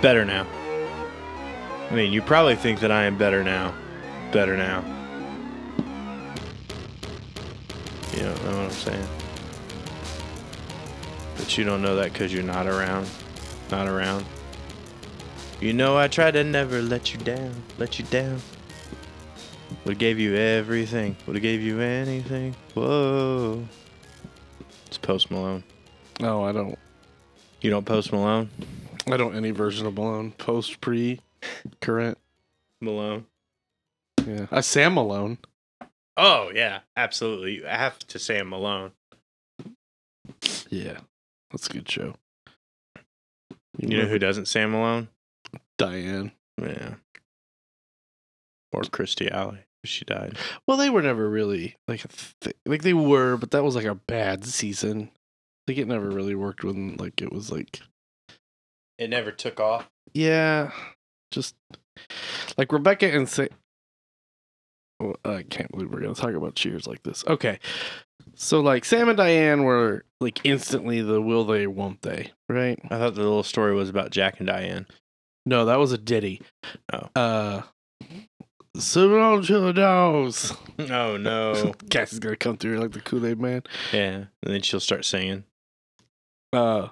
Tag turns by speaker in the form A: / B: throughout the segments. A: better now. I mean, you probably think that I am better now. Better now. You don't know what I'm saying. But you don't know that because you're not around. Not around. You know, I tried to never let you down. Let you down. Would have gave you everything. Would have gave you anything. Whoa. It's Post Malone.
B: No, I don't.
A: You don't Post Malone?
B: I don't any version of Malone. Post, pre, current.
A: Malone.
B: Yeah, I Sam Malone.
A: Oh yeah, absolutely. You have to say I'm Malone.
B: Yeah, that's a good show.
A: You, know who doesn't say I'm Malone?
B: Diane.
A: Yeah. Or Christy Alley. She died.
B: Well, they were never really like a th- like they were, but that was like a bad season. Like it never really worked when like it was like
A: It never took off.
B: yeah, just like Rebecca and say. Well, I can't believe we're gonna talk about Cheers like this. Okay, so like Sam and Diane were like instantly the will they won't they right?
A: I thought the little story was about Jack and Diane.
B: No, that was a ditty.
A: Oh.
B: Uh, so on to the dogs.
A: Oh no.
B: Cassie's gonna come through like the Kool Aid Man.
A: yeah. And then she'll start singing.
B: Uh,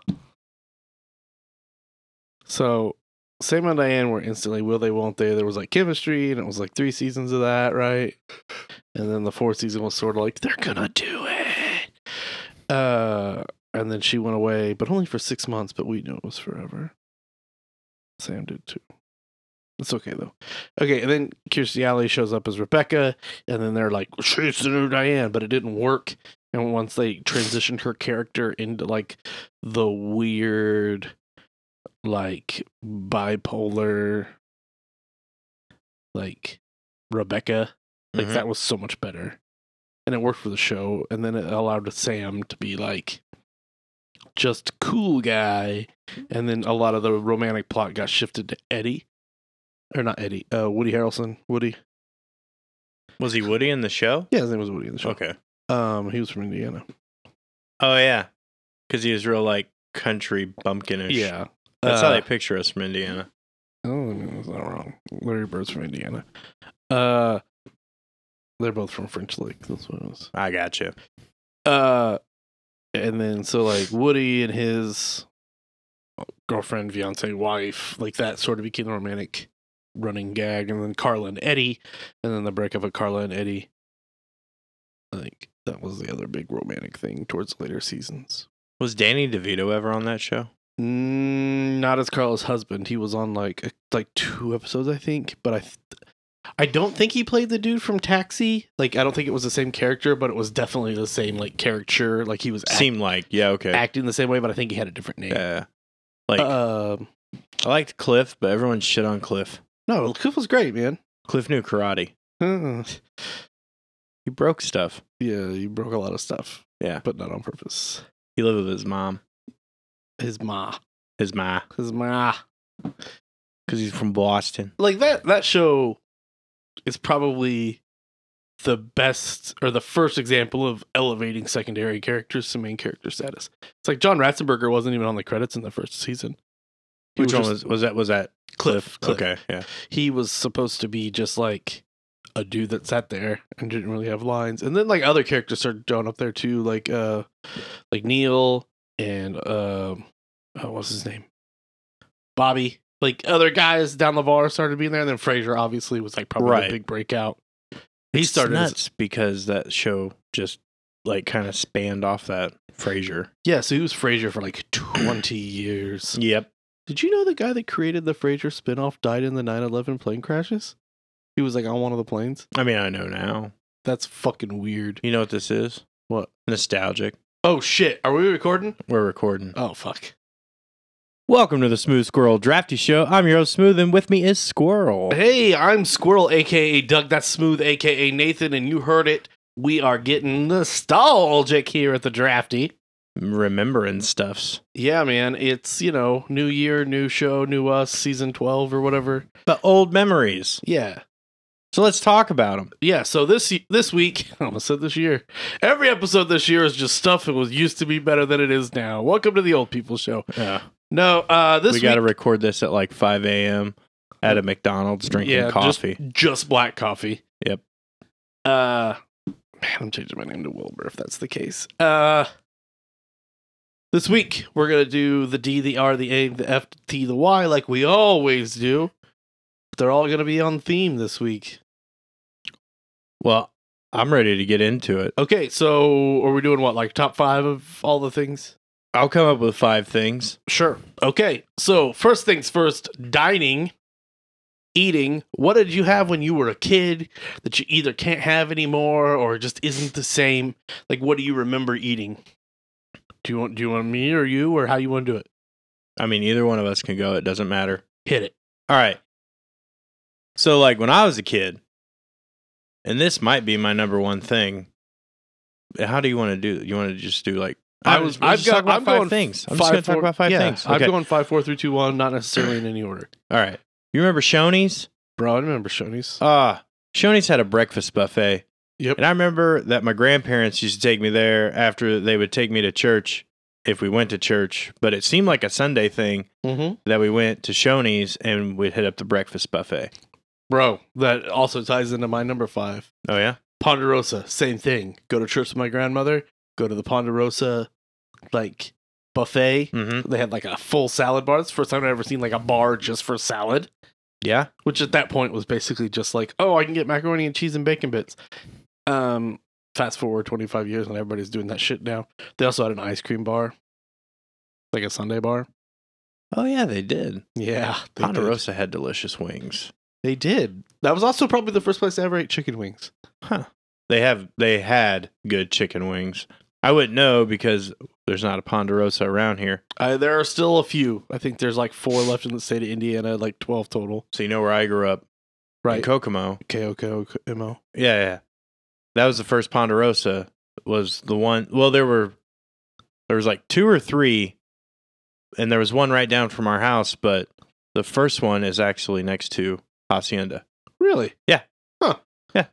B: so Sam and Diane were instantly will they won't they. There was like chemistry, and it was like three seasons of that, right? And then the fourth season was sort of like they're gonna do it. Uh, and then she went away, but only for six months. But we knew it was forever. Sam did too. It's okay though. Okay, and then Kirstie Alley shows up as Rebecca, and then they're like, "She's the new Diane," but it didn't work. And once they transitioned her character into like the weird, like bipolar, like Rebecca, like
A: Mhm.
B: that was so much better, and it worked for the show. And then it allowed Sam to be like just cool guy, and then a lot of the romantic plot got shifted to Eddie, or not Eddie, uh, Woody Harrelson. Woody,
A: Was he Woody in the show?
B: yeah, his name was Woody in the show.
A: Okay.
B: Um, he was from Indiana.
A: Oh yeah. Cause he was real like country bumpkinish.
B: Yeah,
A: That's
B: Uh,
A: how they picture us from Indiana.
B: Oh, I mean, that's not wrong. Larry Bird's from Indiana. Uh, they're both from French Lake. That's what it was.
A: I got you.
B: Uh, and then so like Woody and his girlfriend, fiance, wife, like that sort of became the romantic running gag. And then Carla and Eddie, and then the breakup of Carla and Eddie. Like that was the other big romantic thing towards later seasons.
A: Was Danny DeVito ever on that show?
B: Mm, not as Carla's husband. He was on like a- like two episodes, I think. But I, th- I don't think he played the dude from Taxi. Like I don't think it was the same character, but it was definitely the same like caricature. Like he was act-
A: Seemed like, yeah, okay.
B: acting the same way, but I think he had a different name.
A: Yeah. Like
B: um,
A: I liked Cliff, but everyone shit on Cliff.
B: no, Cliff was great, man.
A: Cliff knew karate.
B: Uh,
A: He broke stuff.
B: yeah, he broke a lot of stuff.
A: Yeah.
B: but not on purpose.
A: He lived with his mom,
B: His ma,
A: his ma,
B: his ma.
A: because he's from Boston.
B: like that that show is probably the best or the first example of elevating secondary characters to main character status. It's like John Ratzenberger wasn't even on the credits in the first season. He
A: Which one
B: just- Uh,
A: was was that? Was that
B: Cliff, Cliff?
A: Okay, yeah.
B: He was supposed to be just like a dude that sat there and didn't really have lines. And then like other characters started showing up there too, like uh like Neil and um oh, what's his name? Bobby. Like other guys down the bar started being there, and then Frazier obviously was like probably
A: Right.
B: a big breakout. He
A: It's
B: started as-
A: nuts because that show just like kind of spanned off that Frasier.
B: Yeah, so he was Frasier for like twenty years.
A: Yep.
B: Did you know the guy that created the Frasier spinoff died in the 9-11 plane crashes? He was like on one of the planes.
A: I mean, I know now.
B: That's fucking weird.
A: You know what this is?
B: What?
A: Nostalgic.
B: Oh shit, are we recording?
A: We're recording.
B: Oh fuck.
A: Welcome to the Smooth Squirrel Drafty Show. I'm your host Smooth, and with me is Squirrel.
B: Hey, I'm Squirrel, aka Doug. That's Smooth, aka Nathan, and you heard it. We are getting nostalgic here at the Drafty.
A: Remembering stuffs,
B: Yeah, man, it's you know new year, new show, new us, season twelve or whatever.
A: but old memories.
B: Yeah,
A: So let's talk about them.
B: yeah. So this y- this week, I almost said this year. Every episode this year is just stuff that was used to be better than it is now. Welcome to the old people show.
A: Yeah.
B: No, uh, this
A: we got to record this at like 5 a.m. at a McDonald's drinking
B: Yeah, just-
A: coffee.
B: week- just black coffee.
A: Yep.
B: Uh, man, I'm changing my name to Wilbur if that's the case. Uh, this week we're gonna do the D, the R, the A, the F, the T, the Y, like we always do. But they're all gonna be on theme this week.
A: Well, I'm ready to get into it.
B: Okay, so are we doing what, like top five of all the things?
A: I'll come up with five things.
B: Sure. Okay. So, first things first, dining, eating. What did you have when you were a kid that you either can't have anymore or just isn't the same? Like what do you remember eating? Do you want do you want me or you or how you want to do it?
A: I mean, either one of us can go. It doesn't matter.
B: Hit it.
A: All right. So, like when I was a kid, and this might be my number one thing. How do you want to do? You want to just do like
B: I
A: I was.
B: was- I've
A: I've
B: got-
A: got.
B: I'm
A: five
B: going
A: things. I'm just going to talk
B: four-
A: about five
B: yeah,
A: things.
B: I'm
A: Okay.
B: going five, four, three, two, one, not necessarily in any order.
A: All right. You remember Shoney's?
B: Bro, I remember Shoney's.
A: Ah, Shoney's had a breakfast buffet.
B: Yep.
A: And I remember that my grandparents used to take me there after they would take me to church if we went to church. But it seemed like a Sunday thing
B: Mm-hmm.
A: that we went to Shoney's and we'd hit up the breakfast buffet.
B: Bro, that also ties into my number five.
A: Oh yeah.
B: Ponderosa, same thing. Go to church with my grandmother, go to the Ponderosa like buffet.
A: Mm-hmm.
B: They had like a full salad bar. It's the first time I've ever seen like a bar just for salad,
A: Yeah.
B: which at that point was basically just like, oh, I can get macaroni and cheese and bacon bits. Um, fast forward 25 years and everybody's doing that shit now. They also had an ice cream bar, like a Sunday bar.
A: Oh yeah, they did.
B: Yeah. They
A: Ponderosa had delicious wings.
B: Did. They did. That was also probably the first place I ever ate chicken wings.
A: Huh. They have they had good chicken wings. I wouldn't know because there's not a Ponderosa around here.
B: Uh, there are still a few. I think there's like four left in the state of Indiana, like 12 total.
A: So you know where I grew up in
B: Right.
A: Kokomo.
B: K O K O M O.
A: Yeah, yeah. That was the first Ponderosa. Was the one? Well, there were there was like two or three, and there was one right down from our house. But the first one is actually next to Hacienda.
B: Really?
A: Yeah.
B: Huh.
A: Yeah.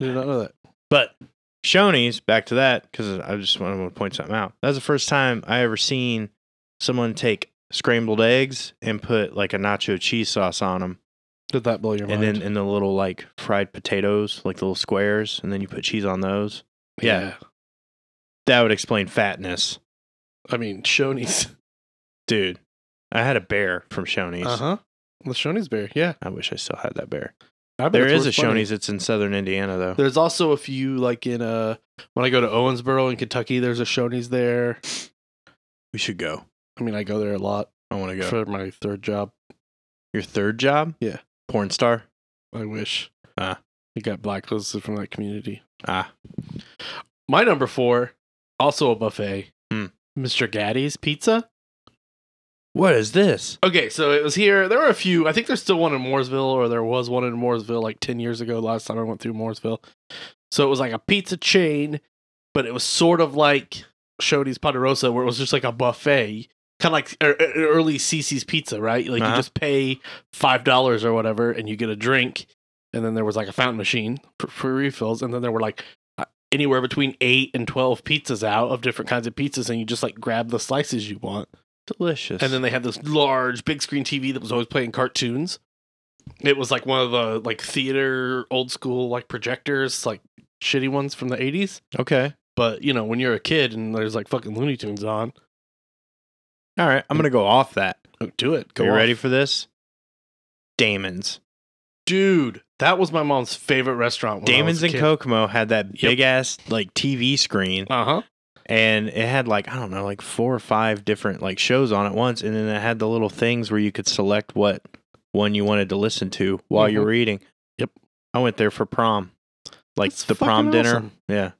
B: Did not know that.
A: But Shoney's back to that because I just want to point something out. That was the first time I ever seen someone take scrambled eggs and put like a nacho cheese sauce on them,
B: Did that blow your
A: and
B: mind?
A: then in the little like fried potatoes, like the little squares, and then you put cheese on those. uh, yeah. That would explain fatness.
B: I mean, Shoney's.
A: Dude, I had a bear from Shoney's.
B: huh. The Shoney's bear. Yeah.
A: I wish I still had that bear.
B: I bet
A: There
B: it's
A: is a
B: worth money.
A: Shoney's. It's in southern Indiana, though.
B: There's also a few, like in uh, when I go to Owensboro in Kentucky, there's a Shoney's there.
A: We should go.
B: I mean, I go there a lot
A: I want to go.
B: for my third job.
A: Your third job?
B: Yeah.
A: Porn star?
B: I wish.
A: Ah.
B: It got blacklisted from that community.
A: Ah.
B: My number four, also a buffet.
A: Hmm.
B: Mr. Gaddy's Pizza.
A: What is this?
B: Okay, so it was here. There were a few. I think there's still one in Mooresville, or there was one in Mooresville like 10 years ago, last time I went through Mooresville. So it was like a pizza chain, but it was sort of like Shoney's Ponderosa, where it was just like a buffet, kind of like er- er- early CC's Pizza, right? Like you
A: Uh-huh.
B: just pay $5 or whatever, and you get a drink. And then there was like a fountain machine for, for refills. And then there were like uh, anywhere between eight and 12 pizzas out of different kinds of pizzas, and you just like grab the slices you want.
A: Delicious.
B: And then they had this large big screen TV that was always playing cartoons. It was like one of the like theater old school like projectors, like shitty ones from the 80s.
A: okay.
B: But you know, when you're a kid and there's like fucking Looney Tunes on,
A: All right. I'm going to go off that.
B: oh, do it. Go
A: Are you
B: off.
A: ready for this? Damon's.
B: Dude, that was my mom's favorite restaurant. When
A: Damon's
B: I was
A: in
B: a
A: Kokomo had that
B: Yep.
A: big ass like TV screen
B: Uh huh.
A: and it had like, I don't know, like four or five different like shows on at once. And then it had the little things where you could select what one you wanted to listen to while you
B: Mhm.
A: were eating.
B: Yep.
A: I went there for prom, like
B: That's
A: the prom
B: fucking
A: dinner.
B: awesome.
A: Yeah.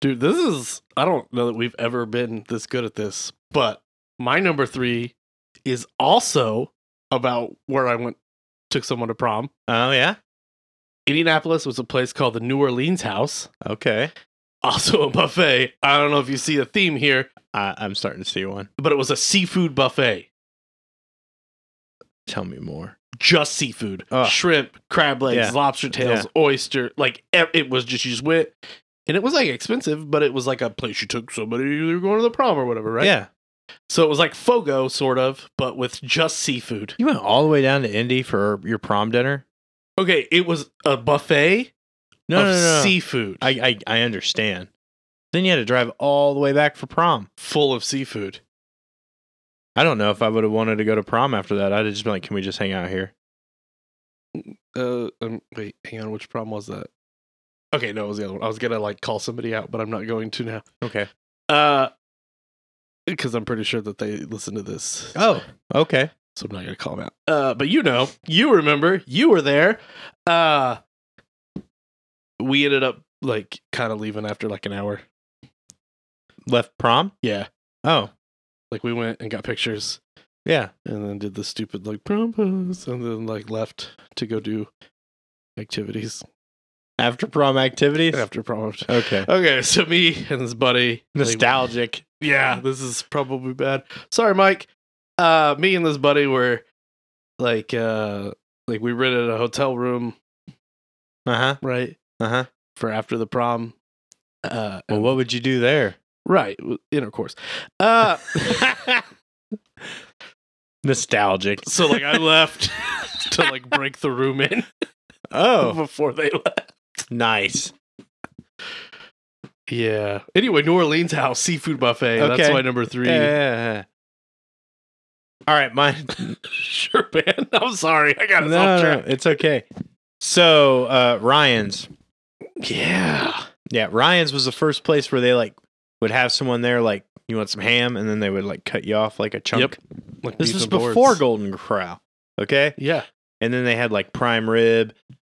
B: Dude, this is, I don't know that we've ever been this good at this, but my number three is also about where I went, took someone to prom.
A: Oh, yeah.
B: Indianapolis was a place called the New Orleans House,
A: Okay.
B: also a buffet. I don't know if you see a theme here,
A: I, I'm starting to see one.
B: but it was a seafood buffet.
A: Tell me more.
B: Just seafood.
A: Ugh.
B: Shrimp, crab legs,
A: Yeah.
B: lobster tails, oyster. Like e- it was just you just went and it was like expensive, but it was like a place you took somebody you were going to the prom or whatever, right?
A: Yeah.
B: So it was like Fogo, sort of, but with just seafood.
A: You went all the way down to Indy for your prom dinner?
B: Okay, it was a buffet
A: No,
B: of
A: no, no. no.
B: seafood,
A: I, I I understand. Then you had to drive all the way back for prom.
B: full of seafood.
A: I don't know if I would have wanted to go to prom after that. I'd have just been like, "Can we just hang out here?"
B: Uh, um, wait, hang on. Which prom was that? Okay, no, it was the other one. I was gonna like call somebody out, but I'm not going to now.
A: Okay.
B: Uh, because I'm pretty sure that they listen to this.
A: Oh, okay.
B: so I'm not gonna call him out. Uh, but you know, you remember, you were there. Uh, we ended up like kind of leaving after like an hour.
A: Left prom.
B: Yeah,
A: Oh,
B: like we went and got pictures,
A: yeah.
B: and then did the stupid like prom pose, and then like left to go do activities
A: After prom activities.
B: after prom.
A: Okay.
B: Okay, so me and this buddy, like,
A: Nostalgic.
B: yeah, this is probably bad. Sorry, Mike. Uh, me and this buddy were like, uh, like we rented a hotel room,
A: Uh huh.
B: right?
A: Uh huh.
B: for after the prom. Uh,
A: Well, what would you do there?
B: right, intercourse. Uh,
A: Nostalgic.
B: so like I left to like break the room in
A: Oh,
B: before they left.
A: nice.
B: Yeah. Anyway, New Orleans house seafood buffet. That's
A: Okay.
B: my number three.
A: Yeah. All right, mine.
B: sure, man. I'm sorry. I got
A: No,
B: us off
A: no,
B: track.
A: it's okay. So, uh, Ryan's.
B: Yeah.
A: Yeah, Ryan's was the first place where they like would have someone there like you want some ham, and then they would like cut you off like a chunk.
B: Yep. Like
A: This
B: beef
A: was
B: and boards.
A: before Golden Corral, okay?
B: Yeah.
A: And then they had like prime rib,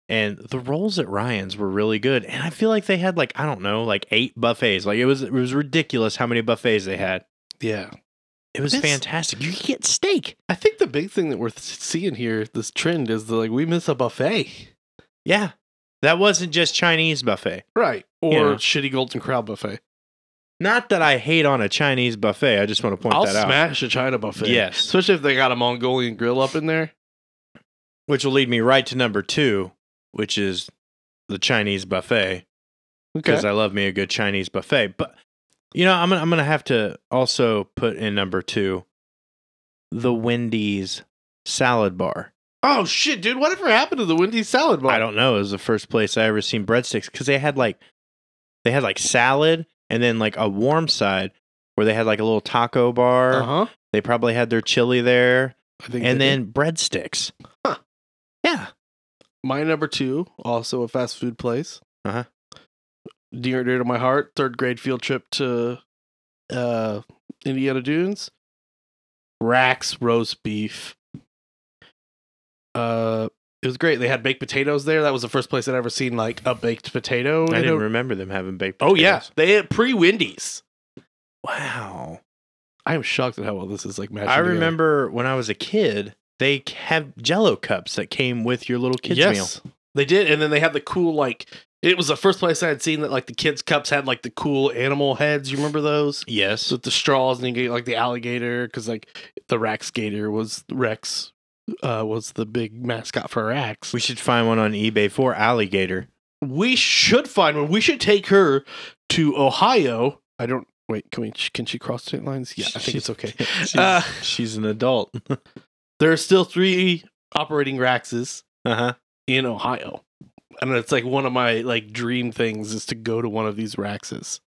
A: and the rolls at Ryan's were really good. And I feel like they had like I don't know, like eight buffets. Like it was it was ridiculous how many buffets they had.
B: Yeah.
A: It was
B: This-
A: fantastic. You could get steak.
B: I think the big thing that we're seeing here, this trend, is that like we miss a buffet.
A: Yeah, that wasn't just Chinese buffet.
B: Right. Or
A: Yeah.
B: shitty Golden Corral buffet.
A: Not that I hate on a Chinese buffet. I just want to point
B: I'll
A: that out.
B: smash a China buffet.
A: Yes.
B: Especially if they got a Mongolian grill up in there.
A: Which will lead me right to number two, which is the Chinese buffet, because I love me a good Chinese buffet. But you know, I'm gonna, I'm gonna have to also put in number two, the Wendy's salad bar.
B: oh shit, dude, whatever happened to the Wendy's salad bar?
A: I don't know. It was the first place I ever seen breadsticks because they had like they had like salad and then like a warm side where they had like a little taco bar.
B: Uh huh.
A: They probably had their chili there,
B: I think.
A: and
B: they
A: then breadsticks.
B: Huh.
A: Yeah.
B: did. my number two, also a fast food place.
A: Uh-huh.
B: Dear dear to my heart, third grade field trip to uh Indiana Dunes. Racks roast beef. Uh, it was great. They had baked potatoes there. That was the first place I'd ever seen like a baked potato.
A: I
B: in
A: didn't
B: a-
A: remember them having baked.
B: oh yeah,
A: potatoes.
B: they had pre Wendy's.
A: Wow.
B: I'm shocked at how well this is like matching.
A: I
B: together.
A: remember when I was a kid, they have Jello cups that came with your little kids meal.
B: They did, and then they had the cool like it was the first place I had seen that like the kids' cups had like the cool animal heads. You remember those?
A: Yes.
B: With the straws and you get like the alligator because like the Rex gator was Rex uh was the big mascot for Rex.
A: We should find one on eBay for alligator.
B: we should find one. We should take her to Ohio. I don't wait, can we can she cross state lines? Yeah, I think it's okay.
A: she's,
B: Uh,
A: she's an adult. uh
B: There are still three operating Raxes
A: huh.
B: in Ohio. And it's like one of my like dream things is to go to one of these Raxes.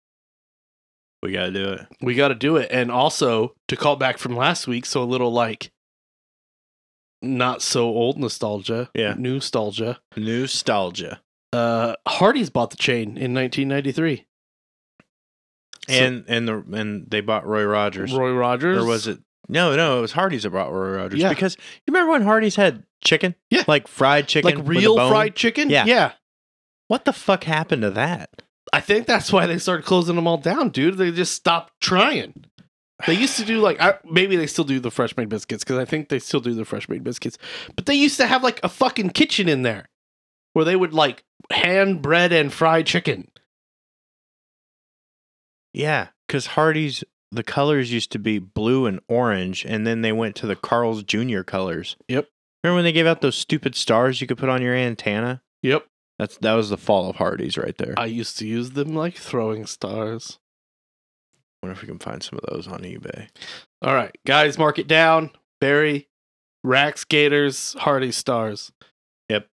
A: We gotta do it.
B: We got to do it. And also to call back from last week, so a little like not so old nostalgia,
A: Yeah.
B: new nostalgia.
A: Nostalgia.
B: Uh, Hardy's bought the chain in 1993. So-
A: and and the and they bought Roy Rogers.
B: Roy Rogers,
A: Or was it? No, no, it was Hardee's that bought Roy Rogers.
B: Yeah.
A: Because you remember when Hardee's had chicken?
B: Yeah.
A: Like fried chicken.
B: like
A: with a
B: real
A: bone?
B: fried chicken?
A: Yeah.
B: yeah.
A: What the fuck happened to that?
B: I think that's why they started closing them all down, dude. They just stopped trying. They used to do like I, maybe they still do the fresh made biscuits because I think they still do the fresh made biscuits, but they used to have like a fucking kitchen in there where they would like hand bread and fry chicken.
A: Yeah, because Hardee's the colors used to be blue and orange, and then they went to the Carl's Jr. colors.
B: Yep.
A: Remember when they gave out those stupid stars you could put on your antenna?
B: Yep.
A: That's that was the fall of Hardee's right there. I
B: I used to use them like throwing stars.
A: wonder if we can find some of those on eBay.
B: All right, guys, mark it down. Barry, Rax, Gators, Hardy, Stars.
A: Yep.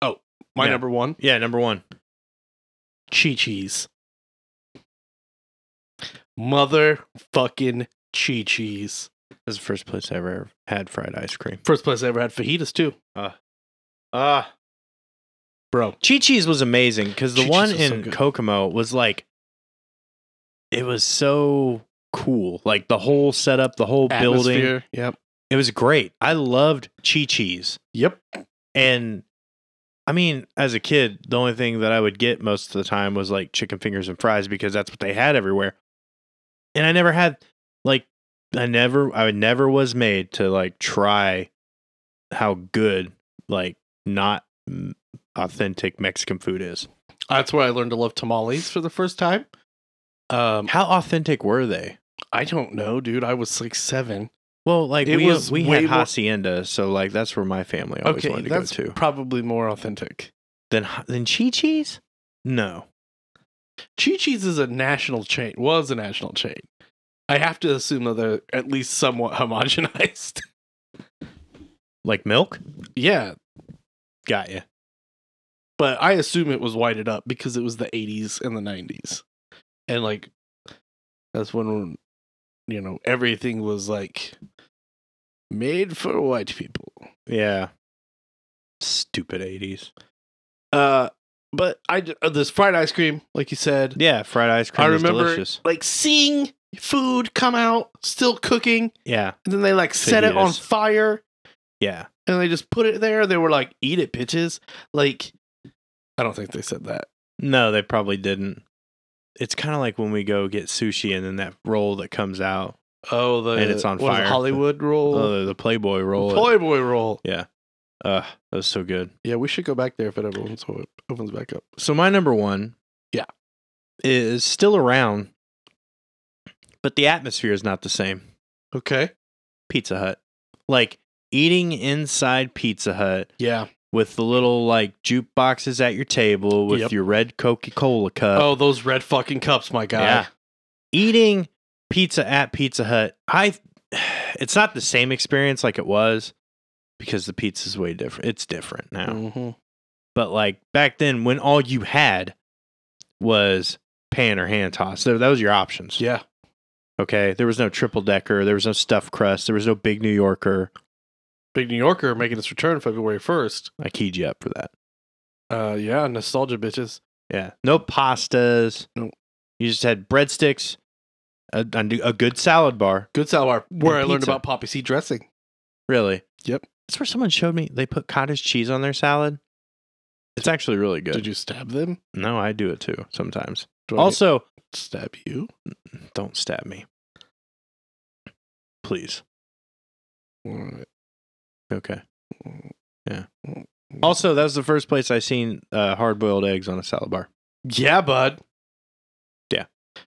B: Oh, my
A: Yeah.
B: number one,
A: Yeah, number one.
B: Chi Chi's. Motherfucking Chi Chi's.
A: This is the first place I ever had fried ice cream.
B: First place I ever had fajitas too,
A: Ah.
B: bro.
A: Chi Chi's was amazing because the
B: Chi-Chi's
A: one
B: was so
A: in
B: good.
A: Kokomo was like, it was so cool. Like the whole setup, the whole building.
B: Atmosphere, Yep.
A: It was great. I loved Chi Chi's.
B: Yep.
A: And I mean, as a kid, the only thing that I would get most of the time was like chicken fingers and fries because that's what they had everywhere. And I never had like I never I never was made to like try how good like not mm, authentic Mexican food is.
B: That's where I learned to love tamales for the first time. Um,
A: How authentic were they?
B: I don't know, dude. I was like seven.
A: Well, like
B: It
A: we uh,
B: was
A: we
B: way
A: had
B: more-
A: hacienda, so like that's where my family always
B: Okay,
A: wanted to go
B: that's
A: to.
B: probably more authentic.
A: Then then Chi Chi's? No.
B: Chi Chi's is a national chain, was a national chain. I have to assume that they're at least somewhat homogenized.
A: Like milk?
B: yeah,
A: Got you.
B: but I assume it was whited up because it was the 80s and the 90s. And like, that's when, you know, everything was like made for white people.
A: Yeah. Stupid 80s.
B: Uh, but I, d- uh, this fried ice cream, like you said,
A: Yeah, fried ice cream
B: I
A: was
B: remember
A: delicious.
B: like seeing food come out, still cooking,
A: Yeah.
B: and then they like set it on
A: Fajitas.
B: fire.
A: Yeah.
B: and they just put it there. They were like, "Eat it, bitches!" Like, I don't think they said that.
A: No, they probably didn't. It's kind of like when we go get sushi and then that roll that comes out,
B: Oh, the
A: And it's on
B: what is it,
A: fire.
B: Hollywood roll,
A: oh, the Playboy roll.
B: Playboy roll.
A: Ugh, that was so good.
B: Yeah, we should go back there if it ever opens, opens back up.
A: So my number one,
B: Yeah.
A: is still around, but the atmosphere is not the same.
B: Okay.
A: Pizza Hut, like eating inside Pizza Hut
B: Yeah.
A: with the little like jukeboxes at your table with
B: Yep.
A: your red Coca Cola cup.
B: oh, those red fucking cups, my guy.
A: Uh, Yeah. eating pizza at Pizza Hut, I it's not the same experience like it was because the pizza's way different. It's different now.
B: Mhm.
A: But like back then when all you had was pan or hand toss. So that was your options.
B: Yeah.
A: Okay. There was no triple decker, there was no stuffed crust, there was no big New Yorker.
B: Big New Yorker making its return February first.
A: I keyed you up for that.
B: Uh, yeah, nostalgia, bitches.
A: Yeah. No pastas.
B: No.
A: You just had breadsticks, a, a, a good salad bar.
B: Good sour. Where I learned
A: pizza.
B: about poppy seed dressing.
A: Really?
B: Yep.
A: That's where someone showed me they put cottage cheese on their salad. It's actually really good.
B: Did you stab them?
A: no, I do it too sometimes.
B: Do I
A: Also,
B: need to stab you.
A: don't stab me. Please.
B: All right.
A: Okay. Also, that was the first place I seen uh, hard boiled eggs on a salad bar.
B: Yeah, bud.
A: Yeah.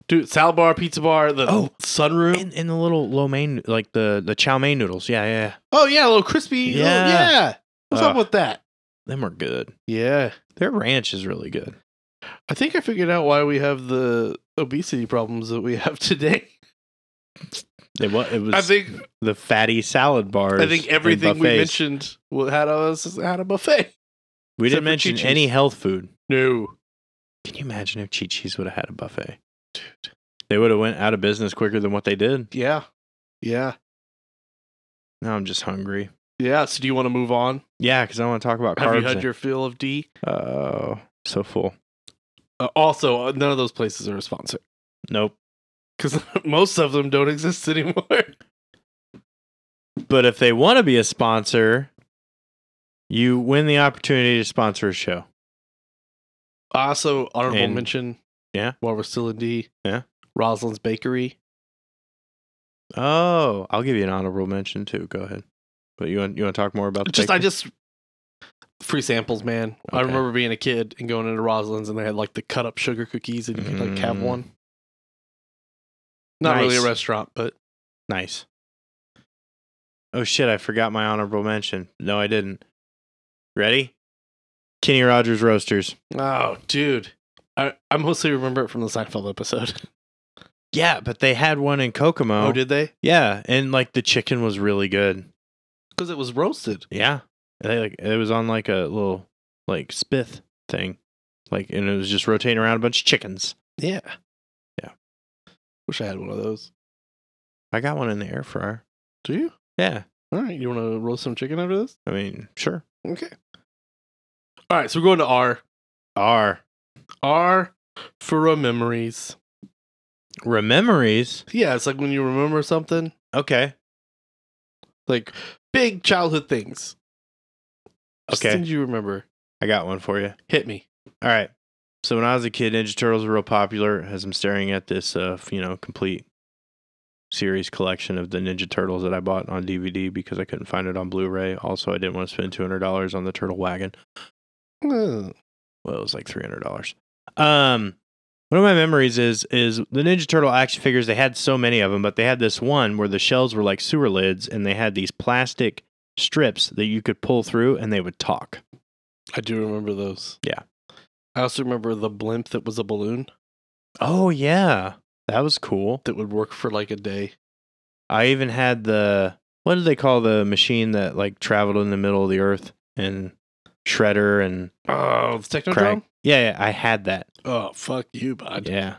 B: Dude, salad bar, pizza bar, the
A: Oh,
B: sunroom.
A: And, and the little lo mein, like the, the chow mein noodles. Yeah, yeah, yeah.
B: oh, yeah, a little crispy.
A: Yeah.
B: Yeah.
A: Uh,
B: yeah. What's up
A: Ugh.
B: with that?
A: Them are good.
B: Yeah.
A: Their ranch is really good.
B: I think I figured out why we have the obesity problems that we have today.
A: It was, it was
B: I think
A: the fatty salad bars.
B: I think
A: and
B: everything we
A: buffets.
B: mentioned wa- had us had a buffet.
A: We
B: except
A: didn't
B: for
A: mention
B: Chi-Chi's.
A: any health food.
B: No.
A: Can you imagine if Chi Chi's would have had a buffet? Dude. They would have went out of business quicker than what they did.
B: Yeah. Yeah.
A: Now I'm just hungry.
B: Yeah. So do you want to move on?
A: Yeah, because I want to talk about
B: have
A: carbs.
B: you had your fill of D?
A: oh, so full.
B: Uh, also, uh, none of those places are a sponsor
A: Nope.
B: because most of them don't exist anymore.
A: But if they want to be a sponsor, you win the opportunity to sponsor a show.
B: Also, honorable
A: And-
B: mention.
A: Yeah.
B: While we're still in D.
A: Yeah.
B: Rosalind's Bakery.
A: Oh, I'll give you an honorable mention too. Go ahead. But you want you want to talk more about the
B: Just I
A: bakery?
B: just free samples, man. I
A: Okay.
B: remember being a kid and going into Rosalind's and they had like the cut up sugar cookies and you could like have
A: Mm.
B: one. Not really a
A: Nice.
B: restaurant, but
A: nice. Oh shit! I forgot my honorable mention. No, I didn't. Ready? Kenny Rogers Roasters.
B: oh, dude, I I mostly remember it from the Seinfeld episode.
A: Yeah, but they had one in Kokomo.
B: Oh, did they?
A: yeah, and like the chicken was really good.
B: Because it was roasted.
A: Yeah, And they like it was on like a little like spith thing, like and it was just rotating around a bunch of chickens.
B: Yeah.
A: Yeah.
B: Wish I had one of those.
A: I got one in the air fryer.
B: Do you?
A: Yeah,
B: All right. You want to roast some chicken after this?
A: I mean sure.
B: Okay. All right. So we're going to R.
A: R
B: R for uh, memories.
A: rememories.
B: Yeah. It's like when you remember something,
A: Okay,
B: like big childhood things. Just
A: Okay.
B: Things you remember.
A: I got one for you.
B: Hit me.
A: All right. So when I was a kid, Ninja Turtles were real popular. As I'm staring at this, uh, you know, complete series collection of the Ninja Turtles that I bought on DVD because I couldn't find it on Blu-ray. Also, I didn't want to spend two hundred dollars on the Turtle Wagon. Hmm.
B: Mm.
A: Well, it was like three hundred dollars. Um, one of my memories is is the Ninja Turtle action figures. They had so many of them, but they had this one where the shells were like sewer lids, and they had these plastic strips that you could pull through, and they would talk.
B: I do remember those.
A: Yeah.
B: I also remember the blimp that was a balloon
A: Oh yeah, that was cool.
B: that would work for like a day.
A: I even had the what did they call the machine that like traveled in the middle of the earth and shredder and
B: Oh, the
A: crack. Yeah, yeah, I had that.
B: Oh, fuck you, bud.
A: yeah,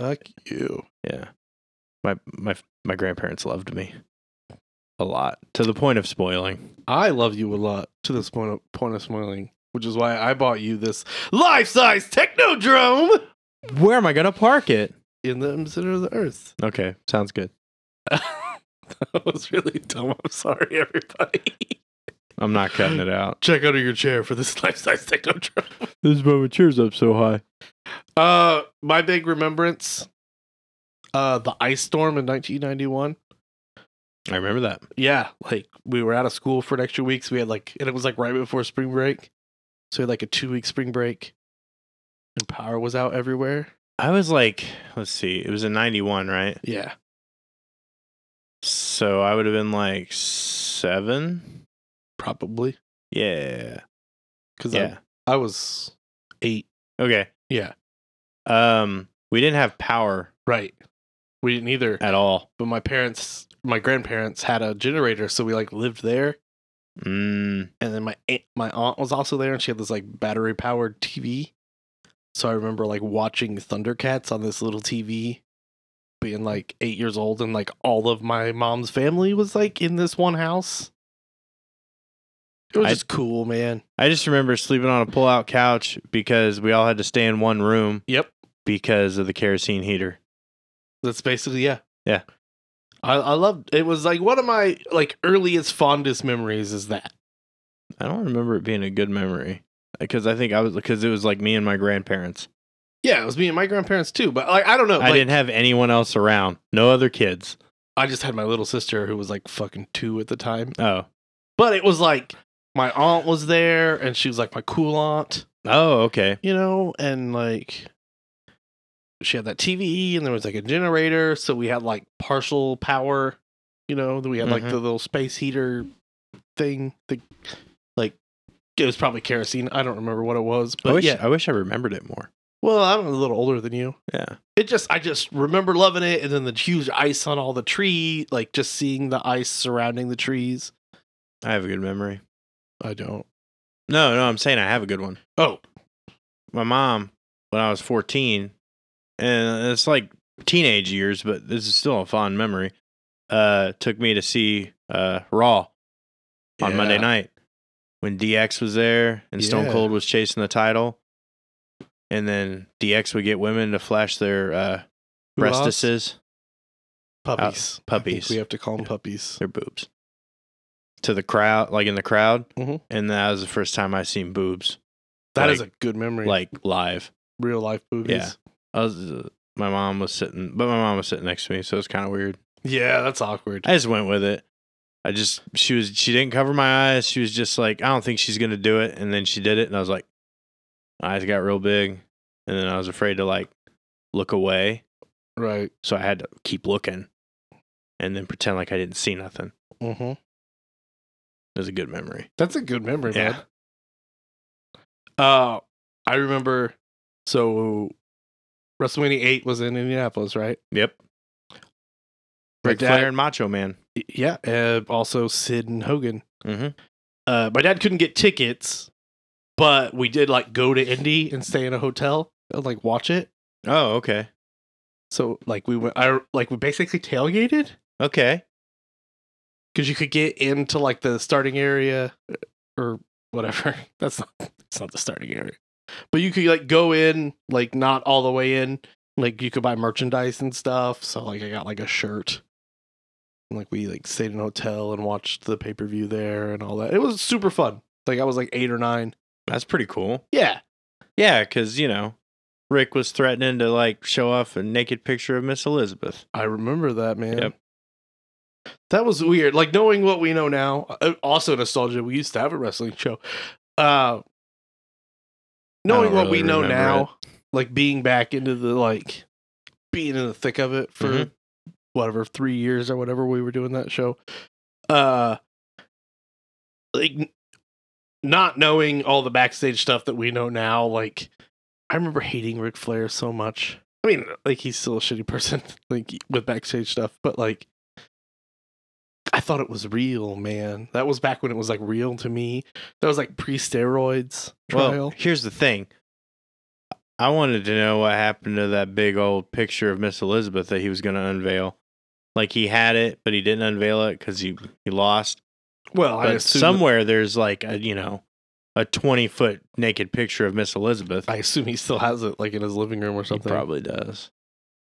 B: Fuck you.
A: yeah. My my my grandparents loved me a lot to the point of spoiling.
B: I love you a lot to this point of, point of smiling, which is why I bought you this life size technodrome
A: Where am I gonna park it?
B: in the center of the earth.
A: Okay, sounds good.
B: that was really dumb. I'm sorry, everybody.
A: I'm not cutting it out.
B: Check under your chair for this life size technodrome.
A: This is why my cheers up so high.
B: Uh, my big remembrance uh, the ice storm in 1991.
A: I remember that.
B: Yeah, like we were out of school for an extra week. So we had like, and it was like right before spring break. So we had like a two week spring break, and power was out everywhere.
A: I was like, let's see, it was in '91, right?
B: Yeah,
A: So I would have been like seven.
B: probably
A: Yeah.
B: because
A: Yeah.
B: I, I was eight.
A: Okay.
B: Yeah,
A: Um, we didn't have power
B: right. We didn't either,
A: at all.
B: but my parents, my grandparents had a generator, so we like lived there.
A: Mm,
B: And then my aunt, my aunt was also there, and she had this like battery powered TV. So I remember like watching Thundercats on this little TV, being like eight years old, and like all of my mom's family was like in this one house. It was
A: I-
B: just cool, man.
A: I just remember sleeping on a pull-out couch because we all had to stay in one room
B: Yep,
A: because of the kerosene heater.
B: that's basically yeah,
A: Yeah.
B: I I loved it. Was like one of my like earliest fondest memories is that.
A: I don't remember it being a good memory because I think I was because it was like me and my grandparents.
B: Yeah, it was me and my grandparents too, but like I don't know,
A: I
B: Oh, like,
A: didn't have anyone else around, no other kids.
B: I just had my little sister who was like fucking two at the time.
A: Oh,
B: But it was like my aunt was there and she was like my cool aunt,
A: oh, okay.
B: you know, and like she had that TV and there was like a generator. So we had like partial power, you know, then we had like
A: Mhm.
B: the little space heater thing. The, like it was probably kerosene. I don't remember what it was,
A: I
B: but
A: wish
B: yeah.
A: I wish I remembered it more.
B: Well, I'm a little older than you.
A: Yeah,
B: It just, I just remember loving it. And then the huge ice on all the tree, like just seeing the ice surrounding the trees.
A: I have a good memory.
B: I don't.
A: No, no, I'm saying I have a good one.
B: Oh,
A: my mom when I was 14, and it's like teenage years, but this is still a fond memory. Uh, took me to see uh, Raw on Monday
B: Yeah.
A: night when DX was there and Stone
B: Yeah.
A: Cold was chasing the title, and then DX would get women to flash their uh,
B: Who lost?
A: breastises,
B: puppies.
A: Uh,
B: I think
A: puppies.
B: We have to call them puppies.
A: their boobs, to the crowd, like in the crowd,
B: Mhm.
A: and that was the first time I seen boobs
B: That is
A: Like-
B: a good memory.
A: like live.
B: real life movies.
A: Yeah. I was, uh, my mom was sitting, but my mom was sitting next to me, so it was kind of weird.
B: Yeah, that's awkward.
A: I just went with it. I just she was she didn't cover my eyes. She was just like, I don't think she's gonna do it. And then she did it, and I was like, my eyes got real big, and then I was afraid to like look away,
B: right.
A: so I had to keep looking, and then pretend like I didn't see nothing.
B: hmm
A: It was a good memory.
B: That's a good memory,
A: Yeah.
B: man. Uh, I remember. So WrestleMania eight was in Indianapolis, right?
A: Yep.
B: My
A: Ric
B: dad-
A: Flair and Macho Man.
B: Y- Yeah. Uh, also Sid and Hogan.
A: Mm-hmm.
B: Uh, my dad couldn't get tickets, but we did like go to Indy and stay in a hotel and like watch it.
A: Oh, okay.
B: So like we went, I like we basically tailgated
A: Okay.
B: because you could get into like the starting area or whatever. That's not it's not the starting area, but you could like go in like not all the way in. Like you could buy merchandise and stuff. So like I got like a shirt. And, like we like stayed in a hotel and watched the pay per view there and all that. It was super fun. Like I was like eight or nine.
A: That's pretty cool.
B: Yeah.
A: Yeah, because, you know, Rick was threatening to, like, show off a naked picture of Miss Elizabeth.
B: I remember that, man.
A: Yep.
B: That was weird. Like knowing what we know now, uh, also nostalgia. We used to have a wrestling show. Uh knowing
A: don't
B: what
A: really
B: we know
A: remember
B: now, like being back into the like being in the thick of it for
A: Mhm.
B: whatever 3 years or whatever we were doing that show. Uh like n- not knowing all the backstage stuff that we know now, like I remember hating Ric Flair so much. I mean, like he's still a shitty person, like with backstage stuff, but like I thought it was real, man. That was back when it was like real to me. That was like pre-steroids trial.
A: Well, here's the thing. I wanted to know what happened to that big old picture of Miss Elizabeth that he was going to unveil. Like he had it, but he didn't unveil it because he he lost.
B: Well, I
A: But
B: assume
A: somewhere there's like a you know a twenty foot naked picture of Miss Elizabeth.
B: I assume he still has it, like in his living room or
A: he
B: something.
A: probably does.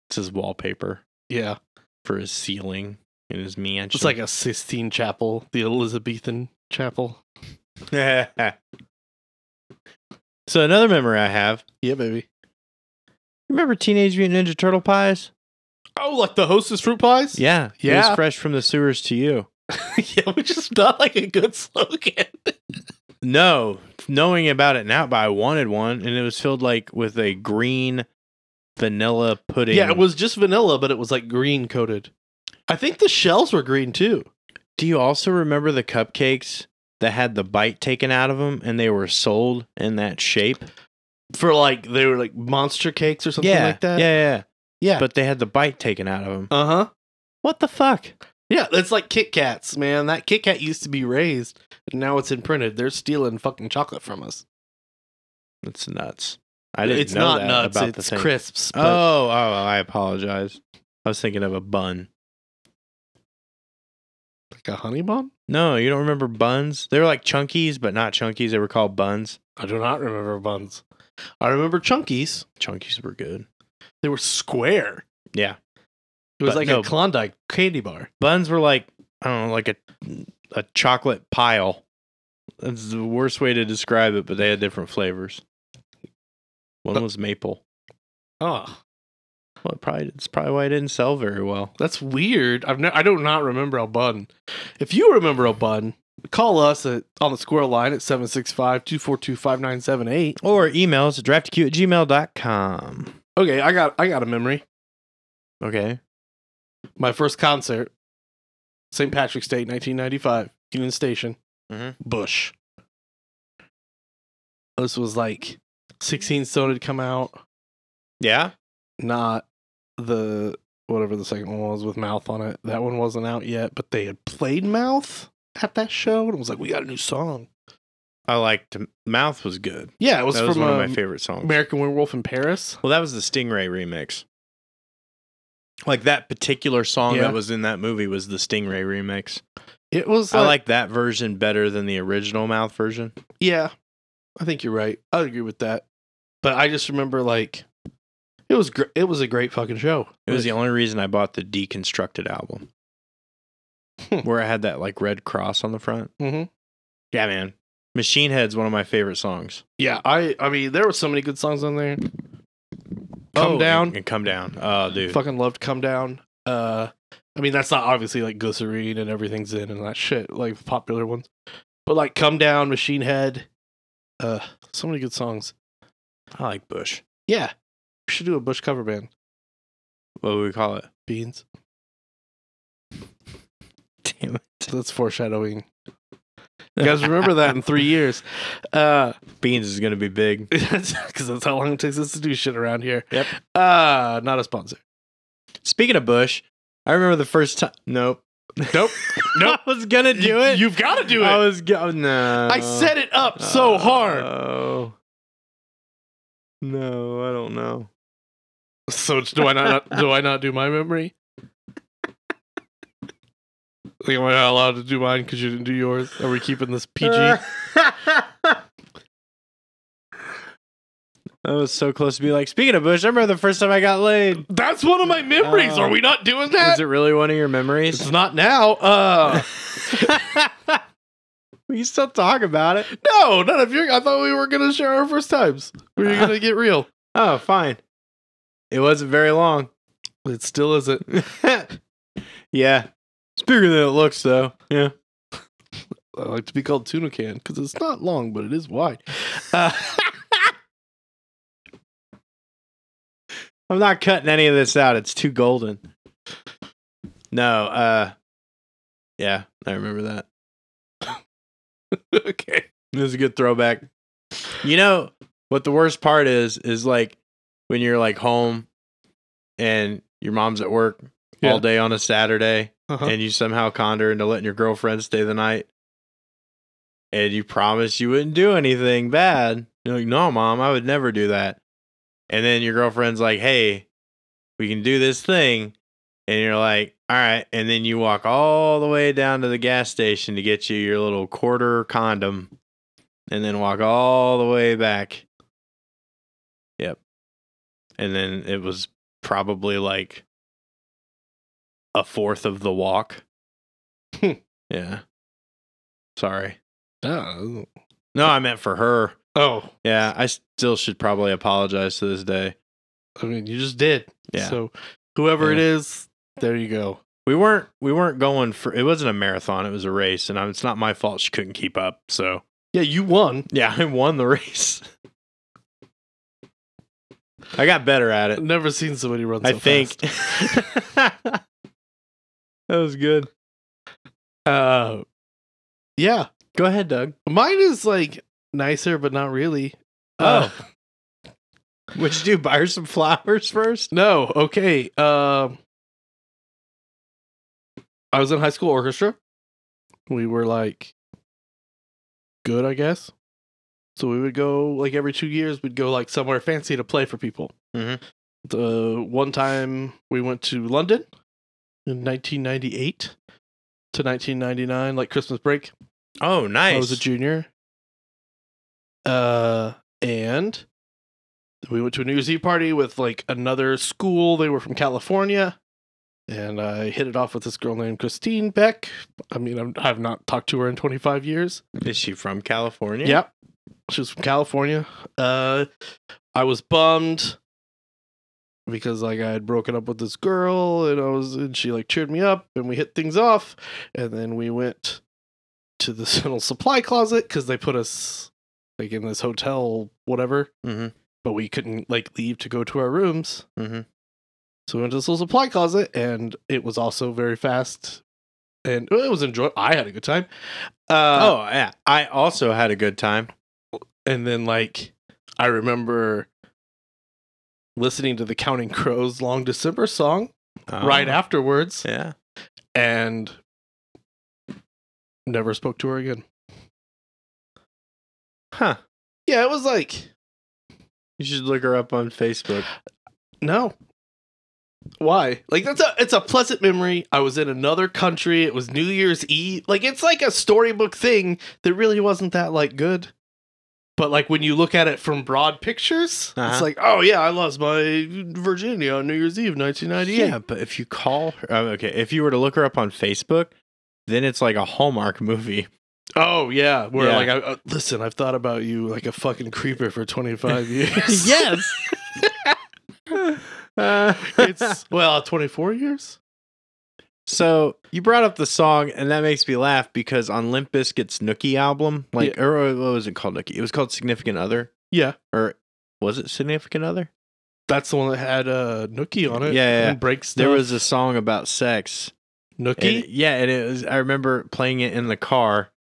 A: It's his wallpaper
B: Yeah,
A: for his ceiling in his mansion.
B: it's like a Sistine Chapel, the Elizabethan Chapel.
A: so another memory I have.
B: Yeah, baby.
A: Remember Teenage Mutant Ninja Turtle pies?
B: Oh, like the Hostess fruit pies.
A: Yeah, It
B: Yeah.
A: was fresh from the sewers to you.
B: yeah, which is not like a good slogan.
A: No, knowing about it now, but I wanted one, and it was filled like with a green vanilla pudding.
B: Yeah, it was just vanilla, but it was like green coated. I think the shells were green too.
A: Do you also remember the cupcakes that had the bite taken out of them, and they were sold in that shape?
B: For like they were like monster cakes or something
A: yeah,
B: like that.
A: Yeah, yeah,
B: Yeah.
A: But they had the bite taken out of them.
B: Uh huh.
A: What the fuck?
B: Yeah, that's like Kit Kats, man. That Kit Kat used to be raised, and now it's imprinted. They're stealing fucking chocolate from us.
A: That's nuts. I didn't
B: it's
A: know
B: not
A: that
B: nuts.
A: about the
B: it's
A: thing.
B: crisps.
A: Oh,
B: but-
A: oh, I apologize. I was thinking of a bun.
B: like a honey bun?
A: No, you don't remember buns? They were like chunkies, but not chunkies. They were called buns.
B: I do not remember buns. I remember chunkies.
A: Chunkies were good.
B: They were square.
A: Yeah.
B: It was
A: But
B: like
A: no-
B: a Klondike candy bar.
A: buns were like I don't know, like a a chocolate pile. That's the worst way to describe it, but they had different flavors. One
B: But-
A: was maple.
B: Oh,
A: Well, it probably it's probably why it didn't sell very well.
B: that's weird. I've ne- I do not remember a bun. If you remember a bun, call us at, on the square line at 765 242 5978.
A: Or emails draftq at gmail.com.
B: Okay, I got I got a memory.
A: Okay.
B: my first concert, St. Patrick's Day, 1995, Union Station,
A: Mhm.
B: Bush. This was like 16 Stone had come out,
A: Yeah.
B: not the whatever the second one was with Mouth on it. That one wasn't out yet, but they had played Mouth at that show, and it was like, we got a new song.
A: I liked Mouth was good.
B: Yeah, it was
A: that
B: from
A: was one of my
B: um,
A: favorite songs.
B: American Werewolf in Paris.
A: well, that was the Stingray remix. Like that particular song
B: Yeah.
A: that was in that movie was the Stingray remix.
B: It was
A: I like that version better than the original Mouth version.
B: Yeah, I think you're right. I agree with that. But I just remember like it was gr- it was a great fucking show.
A: It was the only reason I bought the deconstructed album,
B: Hmm.
A: where I had that like red cross on the front.
B: hmm
A: Yeah, man. Machine Head's one of my favorite songs.
B: Yeah, I I mean there were so many good songs on there. Come
A: Oh,
B: down,
A: and Come Down. Oh, dude.
B: fucking loved Come Down. Uh, I mean that's not obviously like Glycerine and everything's in and that shit like popular ones, but like Come Down, Machine Head, uh, so many good songs.
A: I like Bush.
B: Yeah, we should do a Bush cover band.
A: What would we call it?
B: Beans.
A: Damn it.
B: That's foreshadowing. You guys remember that in three years. Uh,
A: Beans is gonna be big.
B: because that's how long it takes us to do shit around here.
A: Yep.
B: Uh, not a sponsor.
A: Speaking of Bush, I remember the first time. Nope.
B: Nope. Nope.
A: I was gonna do it.
B: You've got to do it. Uh,
A: I was go- no.
B: I set it up so hard.
A: Oh. No, I don't know.
B: So do I not, do I not do my memory? Like, am I not allowed to do mine because you didn't do yours? Are we keeping this PG?
A: I was so close to be like. Speaking of Bush, I remember the first time I got laid.
B: That's one of my memories.
A: Oh.
B: Are we not doing
A: Is
B: that?
A: it really one of your memories? Oh.
B: It's not now. Uh,
A: we can still talk about it.
B: no, not if you're. I thought we were gonna share our first times. We were gonna get real.
A: Oh, fine. It wasn't very long.
B: It still isn't.
A: yeah. It's bigger than it looks, though. Yeah.
B: I like to be called tuna can because it's not long, but it is wide. Uh,
A: I'm not cutting any of this out. It's too golden. No, uh Yeah, I remember that.
B: okay.
A: It was a good throwback. You know what the worst part is is like when you're like home and your mom's at work
B: Yeah.
A: all day on a Saturday
B: Uh-huh.
A: and you somehow conned her into letting your girlfriend stay the night and you promised you wouldn't do anything bad. You're like, no, mom, I would never do that. And then your girlfriend's like, hey, we can do this thing. And you're like, all right. And then you walk all the way down to the gas station to get you your little quarter condom and then walk all the way back. Yep. And then it was probably like a fourth of the walk.
B: Hmm.
A: yeah. Sorry.
B: Oh.
A: No, I meant for her.
B: oh,
A: Yeah, I still should probably apologize to this day.
B: I mean, you just did.
A: Yeah.
B: So, whoever it
A: Yeah.
B: is, there you go.
A: We weren't we weren't going for it wasn't a marathon, it was a race and I, it's not my fault she couldn't keep up. So,
B: Yeah, you won.
A: yeah, I won the race. I got better at it.
B: I've never seen somebody run. So
A: I think
B: fast.
A: that was good.
B: Uh, yeah,
A: Go ahead, Doug.
B: mine is like nicer, but not really. Uh,
A: Would you do buy her some flowers first?
B: No, okay. Um I was in high school orchestra. We were like good, I guess. So we would go like every 2 years we'd go like somewhere fancy to play for people.
A: Mhm.
B: The one time we went to London in 1998 to 1999 like Christmas break.
A: Oh, nice.
B: I was a junior. Uh, and we went to a New Year's Eve party with like another school. They were from California, and I hit it off with this girl named Christine Beck. I mean, I'm, I've not talked to her in 25 years.
A: Is she from California?
B: Yep, she was from California. Uh, I was bummed because like I had broken up with this girl, and I was and she like cheered me up, and we hit things off, and then we went to this little supply closet because they put us like in this hotel whatever
A: Mhm.
B: but we couldn't like leave to go to our rooms
A: Mhm.
B: so we went to this little supply closet and it was also very fast and it was enjoy i had a good time uh,
A: oh, yeah. I also had a good time.
B: and then like i remember listening to the counting crows long december song right
A: after.
B: afterwards
A: Um, Yeah.
B: and never spoke to her again
A: Huh.
B: yeah it was like
A: You should look her up on Facebook.
B: No. Why? Like that's a it's a pleasant memory. I was in another country. It was New Year's Eve. Like it's like a storybook thing that really wasn't that like good. But like when you look at it from broad pictures,
A: Uh-huh.
B: it's like, oh yeah, I lost my virginity on New Year's Eve, nineteen ninety eight.
A: Yeah, but if you call her, oh, okay, if you were to look her up on Facebook, then it's like a Hallmark movie.
B: Oh yeah, where
A: Yeah.
B: like, I, uh, listen, I've thought about you like a fucking creeper for twenty five years.
A: yes. Uh, it's
B: it's well twenty four years.
A: so you brought up the song, and that makes me laugh because on Limp Bizkit's Nookie album, like, or what was it called? Nookie. It was called Significant Other,
B: Yeah,
A: or was it Significant Other?
B: that's the one that had uh, Nookie on it.
A: Yeah, yeah, yeah.
B: and breaks.
A: There was a song about sex,
B: Nookie.
A: And- yeah, and it was. I remember playing it in the car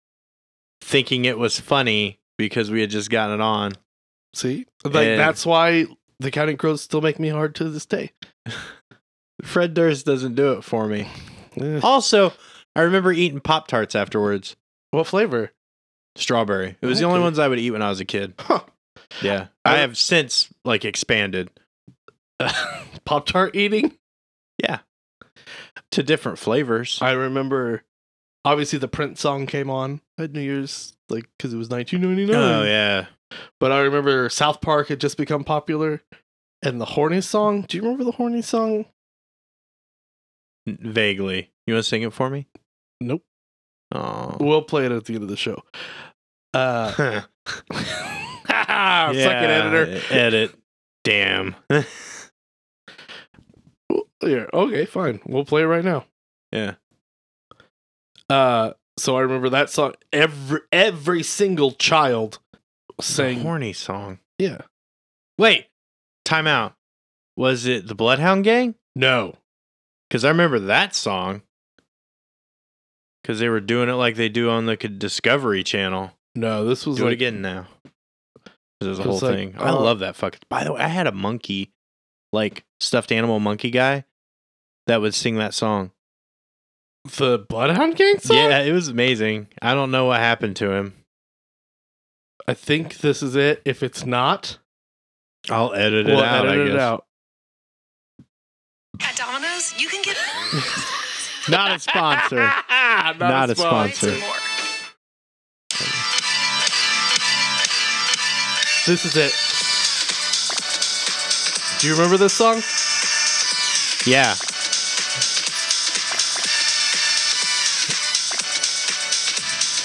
A: thinking it was funny because we had just gotten it on.
B: See, like
A: Yeah.
B: that's why the Counting Crows still make me hard to this day.
A: Fred Durst doesn't do it for me.
B: Eh.
A: Also, I remember eating Pop Tarts afterwards.
B: What flavor?
A: Strawberry. It was the only
B: Okay.
A: ones I would eat when I was a kid.
B: Huh.
A: Yeah.
B: I-
A: I have since like expanded
B: Pop tart eating.
A: to different flavors.
B: I remember. Obviously, the Prince song came on at New Year's, like because it was 1999.
A: Oh yeah.
B: But I remember South Park had just become popular, and the Horny song. Do you remember the Horny song?
A: N- Vaguely. You want to sing it for me?
B: Nope.
A: Oh.
B: We'll play it at the end of the show. Uh,
A: Fucking
B: Fucking editor.
A: Edit. Damn.
B: Yeah. Okay. Fine. We'll play it right now.
A: Yeah.
B: Uh, so I remember that song. Every every single child sang.
A: horny song.
B: Yeah.
A: Wait. Time out. Was it the Bloodhound Gang?
B: No.
A: Because I remember that song. Because they were doing it like they do on the Discovery Channel.
B: No. This was
A: Do it
B: like
A: again now. There's a
B: It
A: whole
B: was like,
A: thing. I
B: uh,
A: love that fucking. By the way, I had a monkey, like stuffed animal monkey guy, that would sing that song.
B: the Bloodhound Gang song.
A: Yeah, it was amazing. I don't know what happened to him.
B: I think this is it. If it's not,
A: I'll edit it
B: we'll
A: out.
B: edit
A: I guess.
B: it out.
C: At Domino's, you can get
A: Not a sponsor.
B: not,
A: Not a
C: bites
A: sponsor.
C: and more.
B: This is it. Do you remember this song?
A: yeah.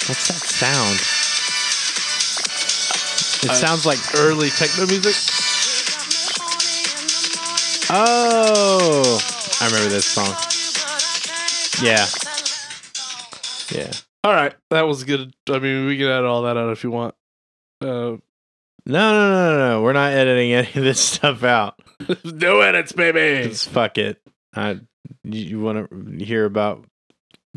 A: What's that sound? It
B: Uh,
A: sounds like
B: Early techno music.
A: oh. I remember this song. Yeah. Yeah.
B: All right, that was good. I mean, we can add all that out if you want. Uh,
A: No, no, no, no, no. We're not editing any of this stuff out.
B: no edits, baby.
A: Just fuck it. I, you want to hear about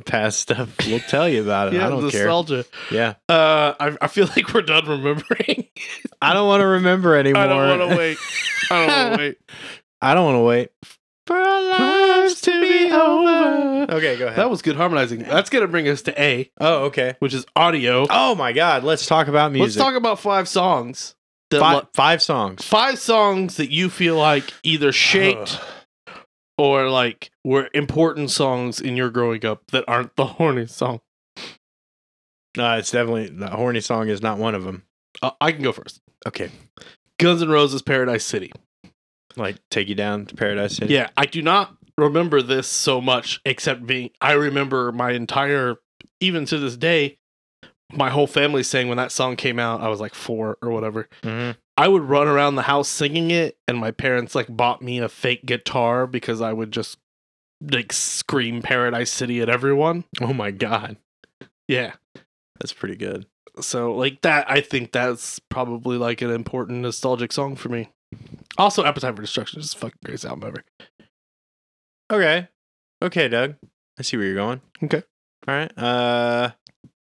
A: past stuff? We'll tell you about it. uh, I don't care.
B: nostalgia.
A: yeah,
B: Uh, I, I feel like we're done remembering.
A: I don't want to remember anymore.
B: I don't want to wait. I don't want to wait.
A: I don't want to wait for our lives to be over. Okay, go ahead.
B: That was good harmonizing. That's gonna bring us to A,
A: oh, okay.
B: which is audio.
A: Oh my God, let's talk about
B: Let's
A: music.
B: talk about five songs. That
A: Fi-
B: lo-
A: five songs.
B: five songs that you feel like either shaped or like were important songs in your growing up that aren't the horny song.
A: No, it's definitely the horny song is not one of them.
B: Uh, I can go first.
A: Okay,
B: Guns N' Roses, Paradise City.
A: like take you down to paradise. City?
B: Yeah, I do not remember this so much, except being I remember my entire, even to this day, my whole family saying when that song came out, I was like four or whatever.
A: Mhm.
B: I would run around the house singing it, and my parents like bought me a fake guitar because I would just like scream Paradise City at everyone.
A: Oh my God,
B: Yeah.
A: that's pretty good.
B: So like that, I think that's probably like an important nostalgic song for me. Also, Appetite for Destruction is the fucking greatest album ever.
A: Okay. Okay, Doug. I see where you're going.
B: Okay.
A: All right. Uh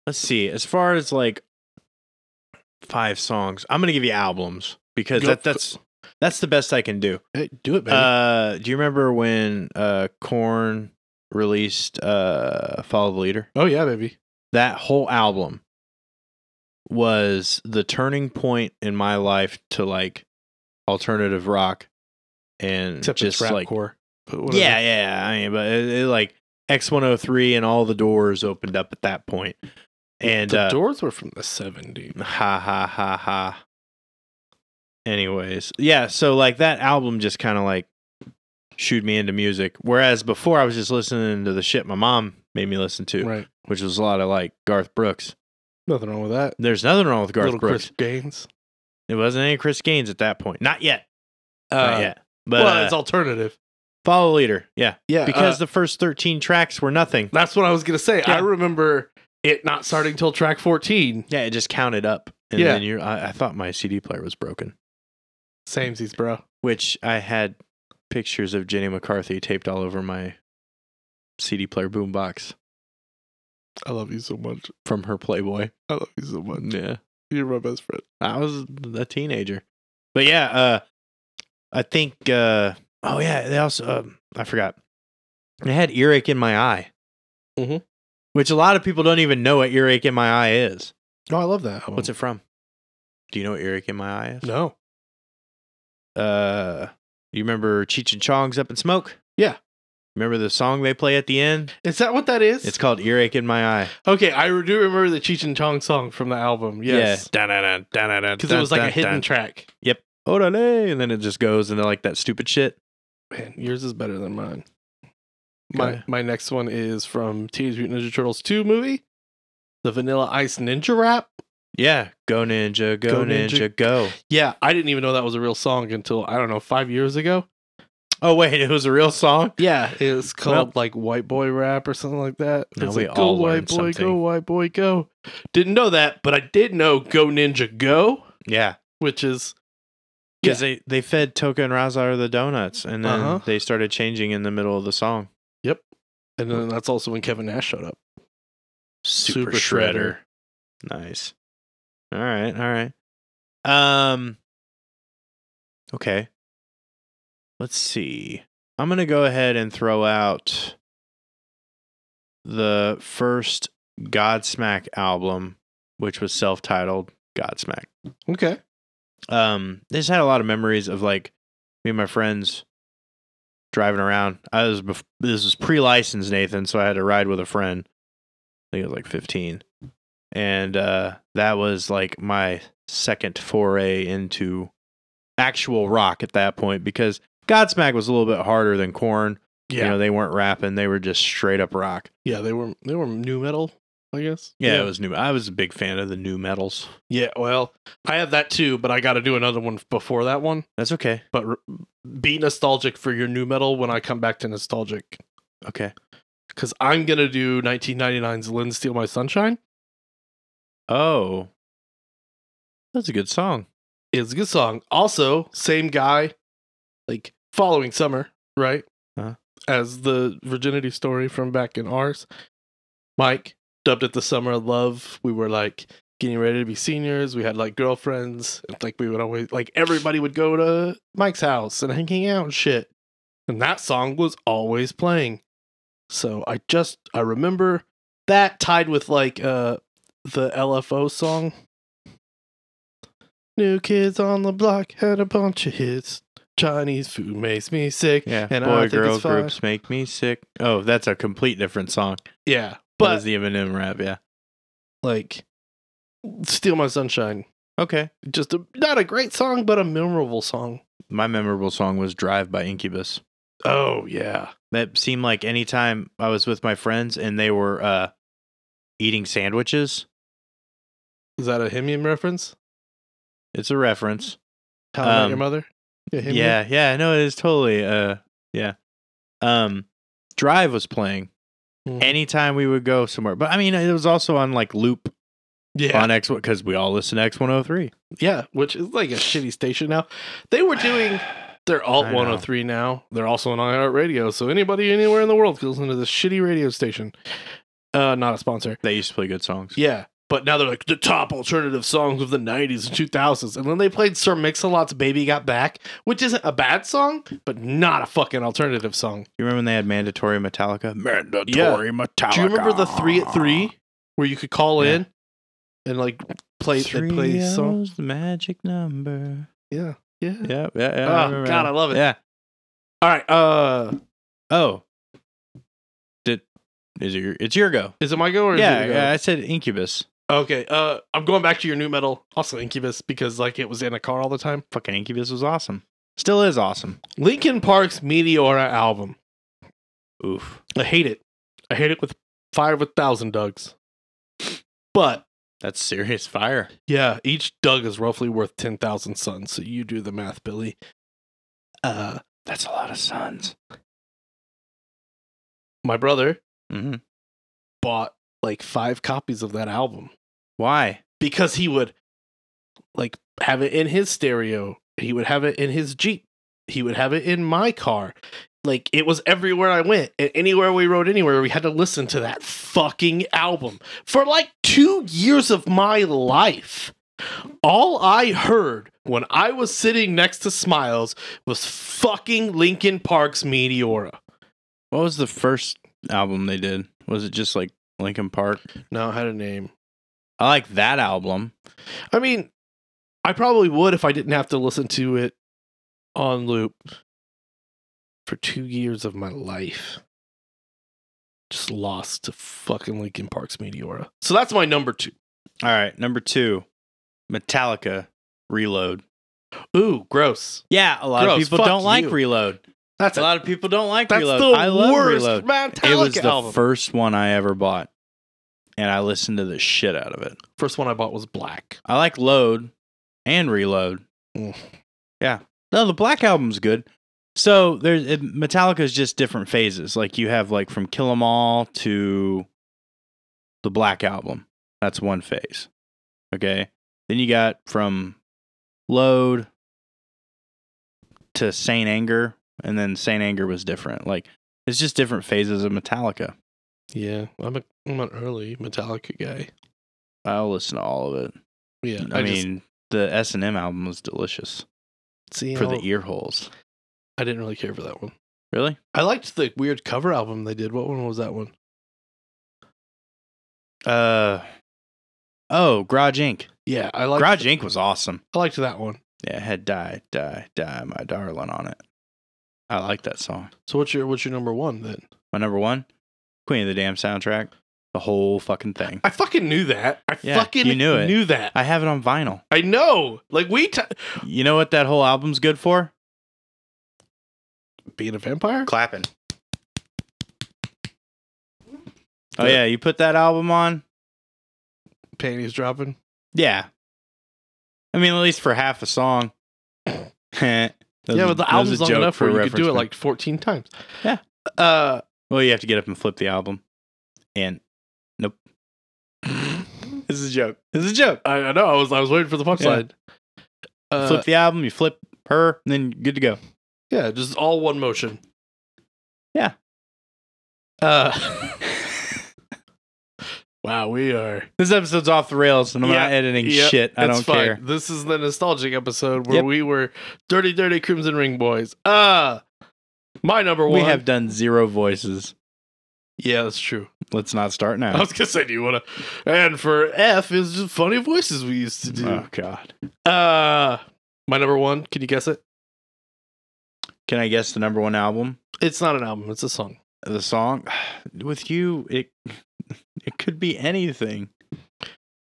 A: let's see. As far as like five songs, I'm going to give you albums because
B: Go
A: that
B: f-
A: that's that's the best I can do.
B: Hey, do it, baby.
A: Uh do you remember when uh Korn released uh Follow the Leader?
B: oh yeah, baby.
A: That whole album was the turning point in my life to like alternative rock and
B: Except
A: just
B: it's rap
A: like
B: core. But
A: yeah, yeah. I mean, but it, it, like X103 and all the doors opened up at that point. And
B: the
A: uh,
B: doors were from the 70s.
A: ha ha ha ha. Anyways, yeah, so like that album just kind of like shooed me into music. Whereas before I was just listening to the shit my mom made me listen to,
B: Right.
A: which was a lot of like Garth Brooks.
B: Nothing wrong with that.
A: There's nothing wrong with Garth
B: Little
A: Brooks.
B: Chris Gaines.
A: It wasn't any Chris Gaines at that point. Not yet.
B: Uh,
A: Not yet. But
B: well, it's
A: uh,
B: alternative.
A: follow leader. Yeah.
B: Yeah.
A: Because
B: uh,
A: the first 13 tracks were nothing.
B: that's what I was going to say. I
A: Yeah.
B: remember it not starting till track 14.
A: Yeah, it just counted up. And
B: Yeah.
A: then you I, I thought my CD player was broken,
B: Samesies, bro.
A: which I had pictures of Jenny McCarthy taped all over my CD player boombox.
B: I love you so much.
A: from her Playboy.
B: I love you so much.
A: Yeah.
B: You're my best friend.
A: I was a teenager. But yeah, uh I think uh oh yeah, they also um I forgot. It had earache in my eye. Mm-hmm.
B: Mhm.
A: Which a lot of people don't even know what earache in my eye is.
B: Oh, I love that. Album.
A: What's it from? Do you know what earache in my eye is?
B: No.
A: Uh you remember Cheech and Chong's Up in Smoke?
B: Yeah.
A: Remember the song they play at the end?
B: Is that what that is?
A: It's called Earache in My Eye.
B: okay. I do remember the Cheech and Chong song from the album. Yes.
A: Yeah.
B: Because it was like a hidden track.
A: Orale, and then it just goes into like that stupid shit.
B: Man, yours is better than mine.
A: Okay.
B: My my next one is from Teenage Mutant Ninja Turtles 2 movie, the Vanilla Ice Ninja Rap.
A: Yeah, go ninja, go,
B: Go
A: ninja,
B: ninja.
A: go.
B: Yeah, I didn't even know that was a real song until I don't know five years ago.
A: Oh wait, it was a real song.
B: Yeah, it was called like White Boy Rap or something like that.
A: Now
B: It's
A: we
B: like,
A: all
B: go White
A: learned
B: Boy, go
A: something.
B: White Boy, go. Didn't know that, but I did know Go Ninja Go,
A: Yeah,
B: which is
A: because they they fed Toka and Razar the donuts, and then
B: Uh-huh.
A: they started changing in the middle of the song.
B: and then that's also when Kevin Nash showed up.
A: Super, shredder.
B: Shredder.
A: Nice. All right, all right. Um. Okay. Let's see. I'm gonna go ahead and throw out the first Godsmack album, which was self-titled Godsmack.
B: Okay.
A: um I just had a lot of memories of like me and my friends driving around i was bef- this was pre-licensed nathan so i had to ride with a friend i think it was like 15 and uh that was like my second foray into actual rock at that point because godsmack was a little bit harder than corn
B: Yeah.
A: you know they weren't rapping they were just straight up rock
B: yeah, they were they were new metal, I guess.
A: yeah, it was new i was a big fan of the new metals
B: Yeah, well, I have that too, but I got to do another one before that one.
A: that's okay
B: But r be nostalgic for your new metal when I come back to nostalgic,
A: okay
B: because I'm gonna do 1999's "Lynn Steal My Sunshine."
A: oh that's a good song
B: It's a good song. Also, same guy, like following summer, right?
A: Uh-huh.
B: As the virginity story from back in ours, Mike dubbed it the summer of love. We were like getting ready to be seniors. We had like girlfriends. And, like we would always like everybody would go to Mike's house and hanging out and shit. And that song was always playing. So I just I remember that tied with like uh the LFO song. New kids on the block had a bunch of hits. Chinese food makes me sick.
A: Yeah,
B: and I
A: boy
B: think
A: girl
B: it's fine.
A: groups make me sick. Oh, that's a complete different song.
B: Yeah.
A: But is
B: But
A: the Eminem rap, yeah.
B: like Steal My Sunshine.
A: Okay.
B: Just a, not a great song, but a memorable song.
A: My memorable song was Drive by Incubus.
B: Oh yeah.
A: That seemed like any time I was with my friends and they were uh eating sandwiches.
B: Is that a Himium reference?
A: It's a reference.
B: How I Met
A: Um,
B: Your Mother? Yeah, Himium?
A: Yeah, yeah, no, it is totally uh yeah. Um Drive was playing
B: Mhm.
A: anytime we would go somewhere. But I mean it was also on like loop
B: Yeah.
A: on X because we all listen to X one oh three.
B: Yeah, which is like a shitty station now. They were doing their alt
A: I know.
B: 103 now. They're also on iHeartRadio, so anybody anywhere in the world can listen to this shitty radio station. Uh, not a sponsor.
A: They used to play good songs.
B: Yeah, but now they're like the top alternative songs of the 90s and 2000s. And then they played Sir Mix-a-Lot's "Baby Got Back," which isn't a bad song, but not a fucking alternative song.
A: You remember when they had mandatory Metallica? Mandatory Metallica.
B: Do you remember the three at three where you could call
A: Yeah.
B: in and like play they play song?
A: the magic number.
B: Yeah, yeah.
A: Yeah, yeah, yeah.
B: Oh, God, I love it.
A: Yeah.
B: All right. Uh,
A: Oh. Did is it your it's your go.
B: is it my go or Is
A: Yeah,
B: it your go?
A: yeah, I said Incubus.
B: Okay, uh, I'm going back to your new metal, also Incubus, because like it was in a car all the time.
A: Fucking Incubus was awesome. Still is awesome.
B: Linkin Park's Meteora album.
A: Oof.
B: I hate it. I hate it with fire with thousand Dugs. But
A: That's serious fire.
B: yeah, each Dug is roughly worth ten thousand suns. So you do the math, Billy. Uh,
A: That's a lot of suns.
B: my brother
A: hmm
B: bought like five copies of that album
A: Why?
B: because he would like have it in his stereo. He would have it in his Jeep. He would have it in my car. Like it was everywhere I went, and anywhere we rode, anywhere we had to listen to that fucking album for like two years of my life. All I heard when I was sitting next to Smiles was fucking Linkin Park's Meteora.
A: What was the first album they did? Was it just like Linkin Park?
B: No, it had a name.
A: I like that album.
B: I mean, I probably would if I didn't have to listen to it on loop for two years of my life. Just lost to fucking Linkin Park's Meteora. So that's my number two.
A: All right, number two, Metallica Reload.
B: Ooh, gross.
A: Yeah, a lot
B: Gross,
A: of people
B: fuck
A: don't like
B: you.
A: Reload.
B: That's
A: a
B: a,
A: lot of people don't like
B: that's
A: Reload.
B: the
A: I love
B: worst
A: Reload.
B: Metallica
A: It was the
B: album.
A: first one I ever bought, and I listened to the shit out of it.
B: First one I bought was Black.
A: I like Load and Reload.
B: Mm.
A: Yeah. No, the Black album's good. So there's it, Metallica's just different phases. Like you have like from Kill 'Em All to the Black album. That's one phase. Okay. Then you got from Load to Saint Anger, and then Saint Anger was different. Like it's just different phases of Metallica.
B: Yeah, I'm, a, I'm an early Metallica guy.
A: I'll listen to all of it.
B: Yeah,
A: I, mean, the S and M album was delicious
B: just, see,
A: for
B: I
A: the e-
B: don't-
A: ear holes.
B: I didn't really care for that one.
A: Really?
B: I liked the weird cover album they did. What one was that one?
A: Uh oh, Garage Inc.
B: Yeah, I liked.
A: Garage Inc. was awesome.
B: I liked that one.
A: Yeah, it had "Die, Die, Die, My Darling" on it. I like that song.
B: So what's your what's your number one then?
A: My number one, Queen of the Damn soundtrack, the whole fucking thing.
B: I fucking knew that. I
A: Yeah,
B: fucking
A: you knew it.
B: that. I,
A: I have it on vinyl.
B: know. Like we t-
A: You know what that whole album's good for?
B: being a vampire.
A: Clapping. Oh
B: The-
A: yeah, you put that album on.
B: Panties dropping.
A: Yeah. I mean, at least for half a song. yeah,
B: yeah, but the album's long enough where you could do it like fourteen times.
A: Yeah.
B: Uh,
A: Well, you have to get up and flip the album. And nope. this is a joke. This is a joke.
B: I, I know. I was I was waiting for the punchline. Uh,
A: flip the album, you flip her, and then you're good to go.
B: yeah, just all one motion.
A: Yeah.
B: Uh. wow, we are.
A: This episode's off the rails, and I'm
B: Yeah.
A: not editing
B: Yep,
A: shit. I
B: That's
A: don't
B: fine.
A: care.
B: This is the nostalgic episode where
A: Yep.
B: we were dirty, dirty Crimson Ring boys. Uh my number one.
A: We have done zero voices.
B: yeah, that's true.
A: Let's not start
B: I
A: now. Oh,
B: was gonna say, do you wanna? And for F is just funny voices we used to do.
A: Oh God!
B: Uh, my number one. Can you guess it?
A: Can I guess the number one album?
B: It's not an album. It's a song.
A: The song with you, it it could be anything.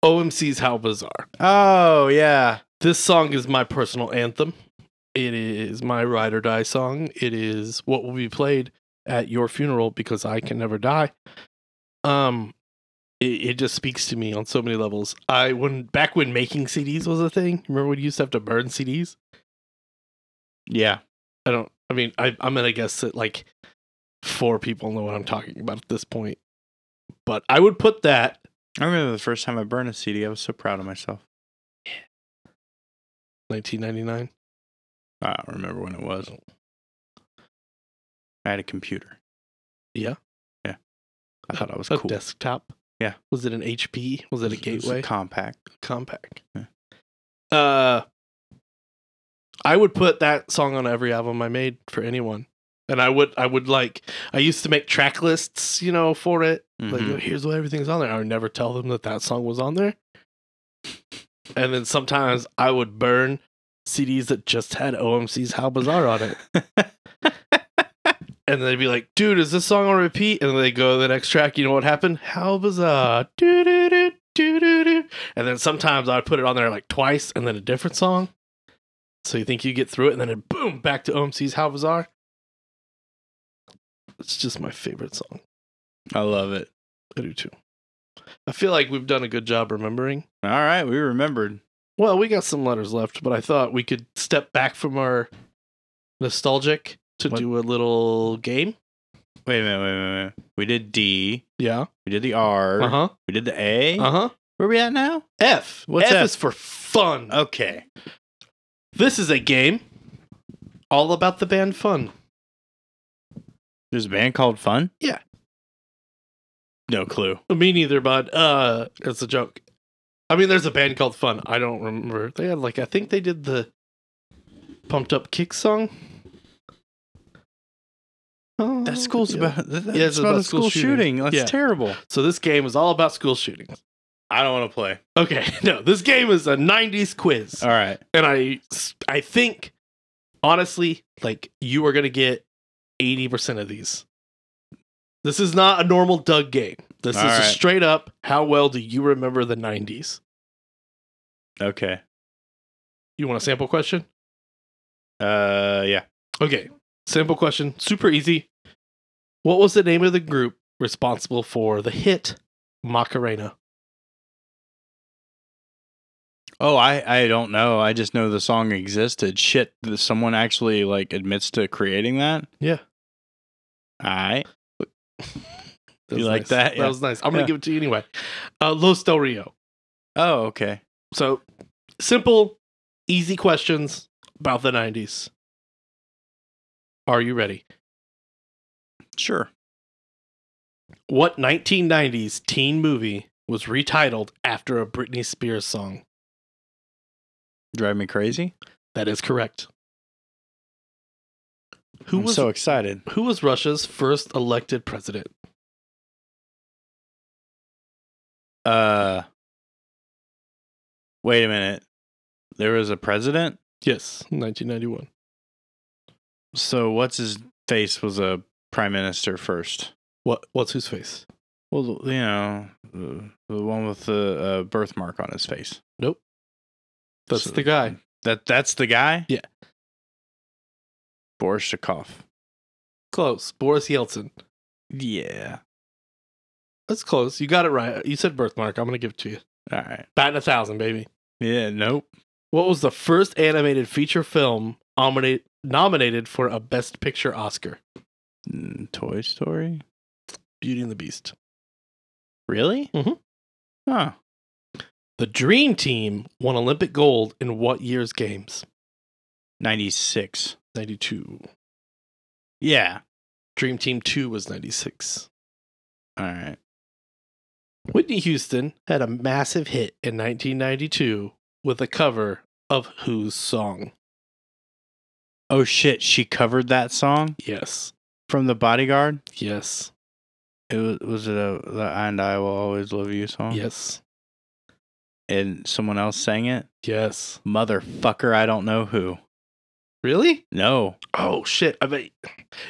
B: OMC's How Bizarre.
A: Oh yeah,
B: This song is my personal anthem. It is my ride or die song. It is what will be played at your funeral because I can never die. Um, it, it just speaks to me on so many levels. I when back when making CDs was a thing. Remember when you used to have to burn CDs?
A: yeah.
B: I don't. I mean, I, I'm gonna guess that like four people know what I'm talking about at this point. But I would put that.
A: I remember the first time I burned a CD. I was so proud of myself.
B: 1999.
A: I don't remember when it was. I had a computer.
B: Yeah?
A: Yeah. I thought I was
B: a
A: cool.
B: desktop.
A: Yeah.
B: Was it an HP? Was it a
A: It was
B: Gateway?
A: compact.
B: compact.
A: Yeah.
B: Uh, I would put that song on every album I made for anyone, and I would I would like I used to make track lists, you know, for it.
A: Mhm.
B: Like here's what everything's on there. I would never tell them that that song was on there. And then sometimes I would burn CDs that just had OMC's How Bizarre on it. And they'd be like, dude, is this song on repeat? And then they go to the next track. You know what happened? How bizarre. Doo, doo, doo, doo, doo, doo. And then sometimes I'd put it on there like twice and then a different song. So you think you get through it and then it, boom, back to OMC's How Bizarre. It's just my favorite song.
A: I love it.
B: I do too. I feel like we've done a good job remembering.
A: All right, we remembered.
B: Well, we got some letters left, but I thought we could step back from our nostalgic to
A: What?
B: do a little game.
A: Wait a minute, wait a minute. wait a minute. We did D.
B: Yeah.
A: We did the R.
B: Uh huh.
A: We did the A.
B: Uh huh.
A: Where we at now?
B: F.
A: What's
B: F,
A: F?
B: is for fun.
A: Okay.
B: This is a game all about the band fun.
A: There's a band called Fun?
B: Yeah.
A: No clue.
B: Me neither, bud. Uh, it's a joke. I mean, there's a band called Fun. I don't remember. They had like I think they did the pumped up kick song. Oh,
A: That school's
B: yeah.
A: about that- that's
B: Yeah, it's
A: about,
B: about
A: a school,
B: school
A: shooting.
B: shooting.
A: That's
B: Yeah.
A: terrible.
B: So this game is all about school shootings.
A: I don't want to play.
B: Okay, no, this game is a '90s quiz,
A: All right.
B: and I I think honestly, like you are gonna get eighty percent of these. This is not a normal Doug game. This
A: All
B: is a
A: right.
B: straight up. How well do you remember the '90s?
A: Okay.
B: You want a sample question?
A: Uh yeah.
B: Okay. Simple question, super easy. What was the name of the group responsible for the hit Macarena?
A: Oh, I I don't know. I just know the song existed. Shit, th- someone actually like admits to creating that.
B: Yeah.
A: All right.
B: That
A: You
B: was
A: like
B: nice.
A: that? Yeah.
B: That was nice. I'm
A: Yeah.
B: gonna give it to you anyway. Uh, Los Del Rio.
A: Oh, okay.
B: So simple, easy questions about the '90s. Are you ready?
A: Sure.
B: What 1990s teen movie was retitled after a Britney Spears song?
A: Drive me crazy.
B: That is correct. Who
A: I'm
B: was
A: so excited?
B: Who was Russia's first elected president?
A: Uh Wait a minute. There was a president?
B: Yes, 1991.
A: So what's his face was a prime minister first.
B: What? What's whose face?
A: Well, you know, the, the one with the uh, birthmark on his face.
B: That's
A: So-
B: the guy.
A: That that's the guy?
B: Yeah.
A: Boris Shakov.
B: Close. Boris Yeltsin.
A: Yeah.
B: That's close. You got it right. You said birthmark. I'm gonna give it to you.
A: All right.
B: Batting a thousand, baby.
A: Yeah, nope.
B: What was the first animated feature film nomina- nominated for a Best Picture Oscar?
A: Mm, Toy Story?
B: Beauty and the Beast.
A: Really?
B: Mhm.
A: Huh.
B: The Dream Team won Olympic gold in what year's games?
A: 96.
B: 92.
A: Yeah.
B: Dream Team 2 was 96.
A: All right.
B: Whitney Houston had a massive hit in 1992 with a cover of whose song?
A: Oh shit, she covered that song
B: Yes.
A: from The Bodyguard?
B: Yes.
A: It was, was it a the "And I Will Always Love You" song?
B: Yes.
A: And someone else sang it.
B: Yes.
A: Motherfucker, I don't know who.
B: Really?
A: No.
B: Oh shit. I bet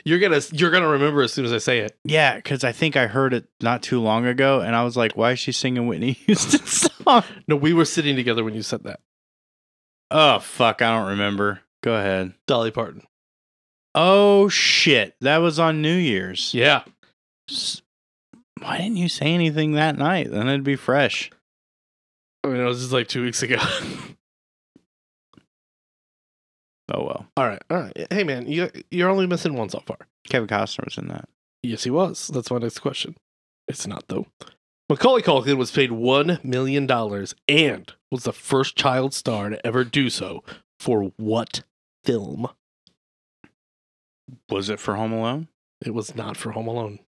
B: you're gonna you're gonna remember as soon as I say it.
A: Yeah, because I think I heard it not too long ago, and I was like, "Why is she singing Whitney Houston's song?"
B: No, we were sitting together when you said that.
A: Oh fuck, I don't remember. Go ahead.
B: Dolly Parton.
A: Oh shit, that was on New Year's.
B: Yeah.
A: S- Why didn't you say anything that night? Then it'd be fresh.
B: I mean it was just like two weeks ago.
A: Oh well,
B: all right, all right. Hey man, you you're only missing one so far.
A: Kevin Costner was in that.
B: Yes, he was. That's my next question. It's not though. Macaulay Culkin was paid one million dollars and was the first child star to ever do so for what film?
A: Was it for Home Alone?
B: It was not for Home Alone.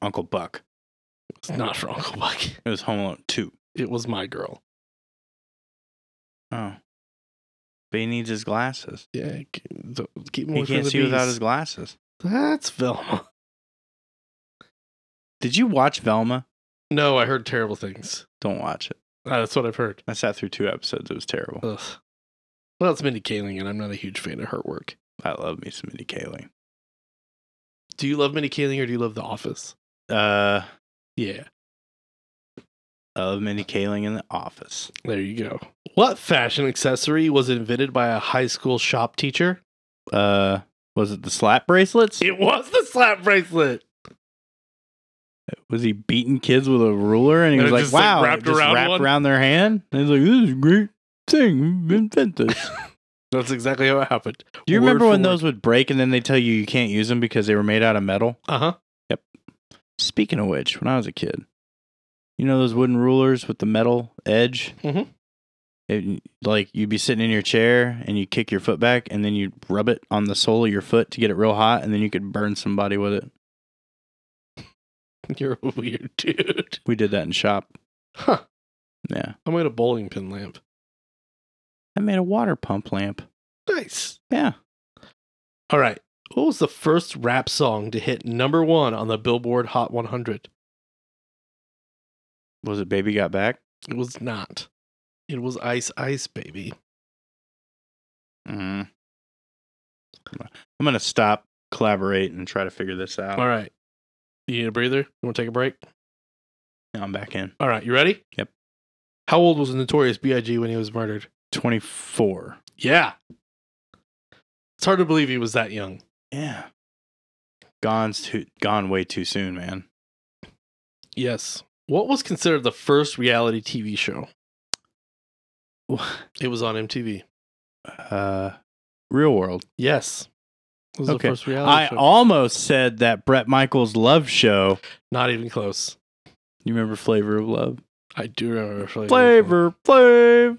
A: Uncle Buck.
B: It's not for Uncle Buck.
A: It was Home Alone Two.
B: It was My Girl.
A: Oh, but he needs his glasses.
B: Yeah, keep, don't- keep him
A: He
B: away from
A: can't
B: the
A: see without
B: bees.
A: his glasses.
B: That's Velma.
A: Did you watch Velma?
B: No, I heard terrible things.
A: Don't watch it.
B: Uh, that's what I've heard.
A: I sat through two episodes. It was terrible.
B: Ugh. Well, it's Mindy Kaling, and I'm not a huge fan of her work.
A: I love me some Mindy Kaling.
B: Do you love Mindy Kaling or do you love The Office?
A: Uh,
B: Yeah,
A: I love Mindy Kaling in the office.
B: there you go. What fashion accessory was invented by a high school shop teacher?
A: Uh, was it the slap bracelets?
B: It was the slap bracelet.
A: Was he beating kids with a ruler and he
B: And
A: was
B: it
A: like,
B: just, like,
A: wow, it
B: wrapped
A: just
B: around
A: wrapped
B: one?
A: around their hand? And he's like, this is a great thing. Invent this.
B: That's exactly how it happened.
A: Do you
B: Word
A: remember
B: for
A: when
B: word.
A: those would break and then they tell you you can't use them because they were made out of metal?
B: Uh huh.
A: Speaking of which, when I was a kid, you know those wooden rulers with the metal edge?
B: Mhm.
A: It, like you'd be sitting in your chair and you kick your foot back and then you'd rub it on the sole of your foot to get it real hot and then you could burn somebody with it.
B: You're a weird dude.
A: We did that in shop.
B: Huh.
A: Yeah.
B: I made a bowling pin lamp.
A: I made a water pump lamp.
B: Nice.
A: Yeah.
B: All right. What was the first rap song to hit number one on the Billboard Hot 100?
A: Was it Baby Got Back?
B: It was not. It was Ice Ice Baby.
A: Mm. I'm gonna stop, collaborate, and try to figure this out.
B: All right. You need a breather? You want to take a break?
A: I'm back in.
B: All right. You ready?
A: Yep.
B: How old was Notorious B.I.G. when he was murdered?
A: 24.
B: Yeah. It's hard to believe he was that young.
A: Yeah. Gone's too gone way too soon, man.
B: Yes. What was considered the first reality TV show? It was on MTV.
A: Uh, real world.
B: Yes. It was
A: Okay.
B: the first reality
A: I
B: show.
A: almost said that Brett Michaels Love Show.
B: Not even close.
A: You remember Flavor of Love?
B: I do remember. Flavor.
A: Flavor, Flav.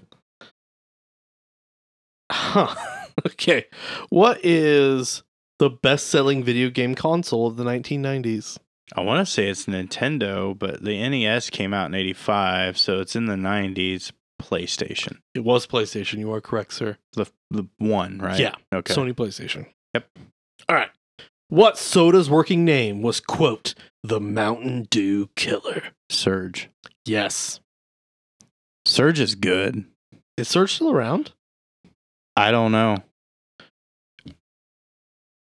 B: Huh. okay. What is the best selling video game console of the 1990s?
A: I want to say it's Nintendo, but the NES came out in 85, so it's in the 90s. PlayStation.
B: It was PlayStation. You are correct, sir.
A: The the one, right?
B: Yeah.
A: Okay.
B: Sony PlayStation.
A: Yep.
B: All right. What soda's working name was, quote, the Mountain Dew Killer?
A: Surge.
B: Yes.
A: Surge is good.
B: Is Surge still around?
A: I don't know.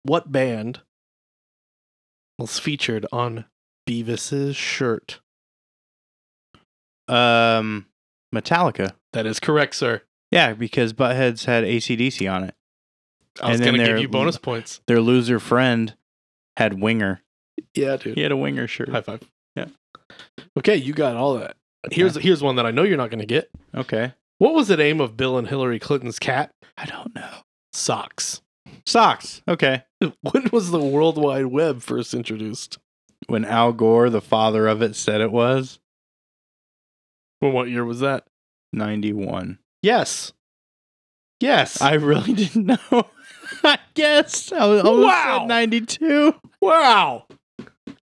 B: What band was featured on Beavis's shirt?
A: Um, Metallica.
B: That is correct, sir.
A: Yeah, because Buttheads had ACDC on it.
B: I was
A: And then
B: going to give
A: there-
B: you bonus points.
A: Their loser friend had Winger.
B: Yeah, dude.
A: He had a Winger shirt.
B: High five.
A: Yeah.
B: Okay, you got all that. Here's here's one that I know you're not going to get.
A: Okay.
B: What was the name of Bill and Hillary Clinton's cat?
A: I don't know.
B: Socks.
A: Socks. Okay.
B: When was the World Wide Web first introduced?
A: When Al Gore, the father of it, said it was
B: Well, what year was that?
A: 91.
B: Yes. Yes.
A: I really didn't know. I guess. I was almost
B: Wow.
A: said 92.
B: wow.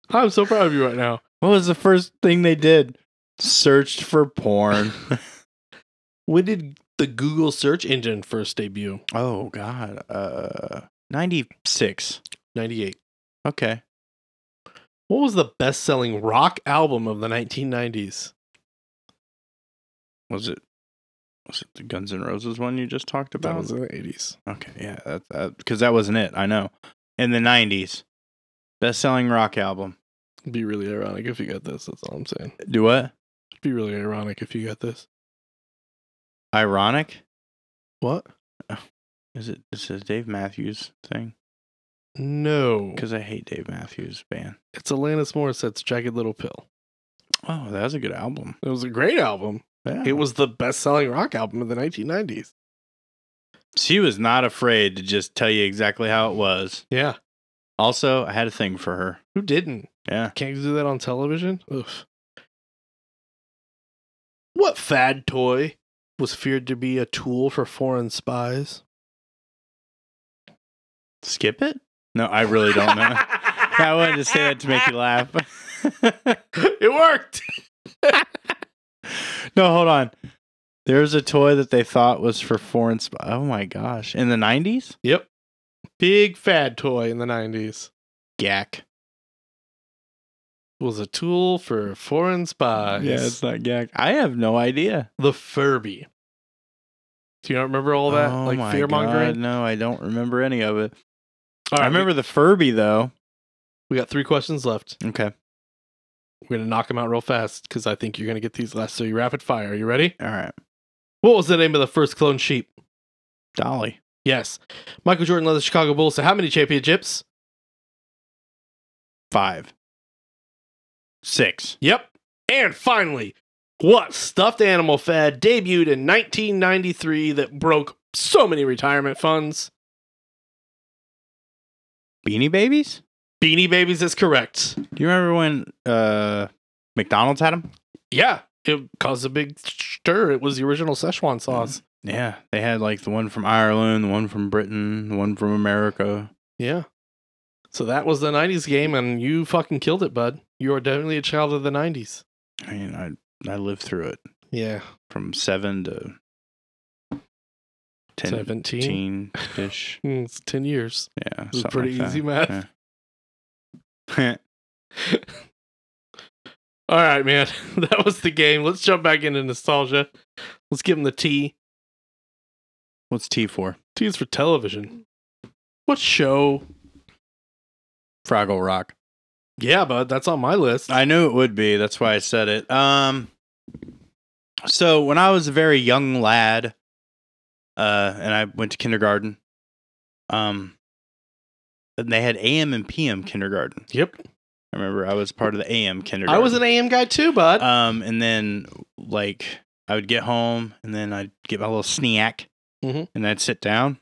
B: I'm so proud of you right now.
A: What was the first thing they did? Searched for porn.
B: When did the Google search engine first debut?
A: oh, God. Uh, 96.
B: 98.
A: Okay.
B: What was the best selling rock album of the 1990s?
A: Was it? Was it the Guns N' Roses one you just talked about?
B: the 80s.
A: Okay, yeah, that that because that wasn't it. I know. In the '90s, best-selling rock album.
B: It'd be really ironic if you got this. That's all I'm saying.
A: Do what?
B: It'd be really ironic if you got this.
A: Ironic?
B: What?
A: Is it? Is it a Dave Matthews thing?
B: No.
A: Because I hate Dave Matthews Band.
B: It's Alanis Morissette's Jagged Little Pill.
A: Oh, that was a good album.
B: It was a great album.
A: Yeah.
B: It was the best selling rock album of the 1990s.
A: she was not afraid to just tell you exactly how it was.
B: Yeah.
A: Also, I had a thing for her.
B: Who didn't?
A: Yeah.
B: Can't you do that on television? Oof. What fad toy was feared to be a tool for foreign spies?
A: Skip it? No, I really don't know. I wanted to say that to make you laugh.
B: it worked.
A: no, hold on. There's a toy that they thought was for foreign spy. Oh my gosh. In the 90s?
B: Yep. Big fad toy in the 90s.
A: Gak.
B: Was a tool for foreign spies.
A: Yeah, it's not Gak. I have no idea.
B: The Furby. Do you not remember all that?
A: Oh
B: like
A: my
B: fear
A: God,
B: mongering?
A: No, I don't remember any of it.
B: All right,
A: I remember the Furby though.
B: We got three questions left.
A: Okay.
B: We're going to knock them out real fast because I think you're going to get these last. So you rapid fire. Are you ready?
A: All right.
B: What was the name of the first clone sheep?
A: Dolly.
B: Yes. Michael Jordan led the Chicago Bulls to how many championships?
A: Five. Six.
B: Yep. And finally, what stuffed animal fad debuted in 1993 that broke so many retirement funds?
A: Beanie babies?
B: Beanie Babies is correct.
A: Do you remember when uh McDonald's had them?
B: Yeah, it caused a big stir. It was the original Szechuan sauce.
A: Yeah. They had like the one from Ireland, the one from Britain, the one from America.
B: Yeah. So that was the 90s game, and you fucking killed it, bud. You are definitely a child of the '90s.
A: I mean, I I lived through it
B: Yeah,
A: from seven to ten,
B: 17?
A: ish.
B: Mm, it's ten years.
A: Yeah,
B: This is
A: something
B: pretty
A: like
B: easy
A: that.
B: math.
A: Yeah.
B: All right, man. that was the game. Let's jump back into nostalgia. Let's give him the T.
A: What's T for?
B: T is for television. What show?
A: Fraggle Rock.
B: Yeah, bud. That's on my list.
A: I knew it would be. That's why I said it. Um, so when I was a very young lad, uh, and I went to kindergarten, um, and they had AM and PM kindergarten.
B: yep.
A: I remember I was part of the AM
B: I
A: kindergarten.
B: was an AM guy too, bud.
A: Um, and then like I would get home, and then I'd get my little snack,
B: Mhm.
A: and I'd sit down,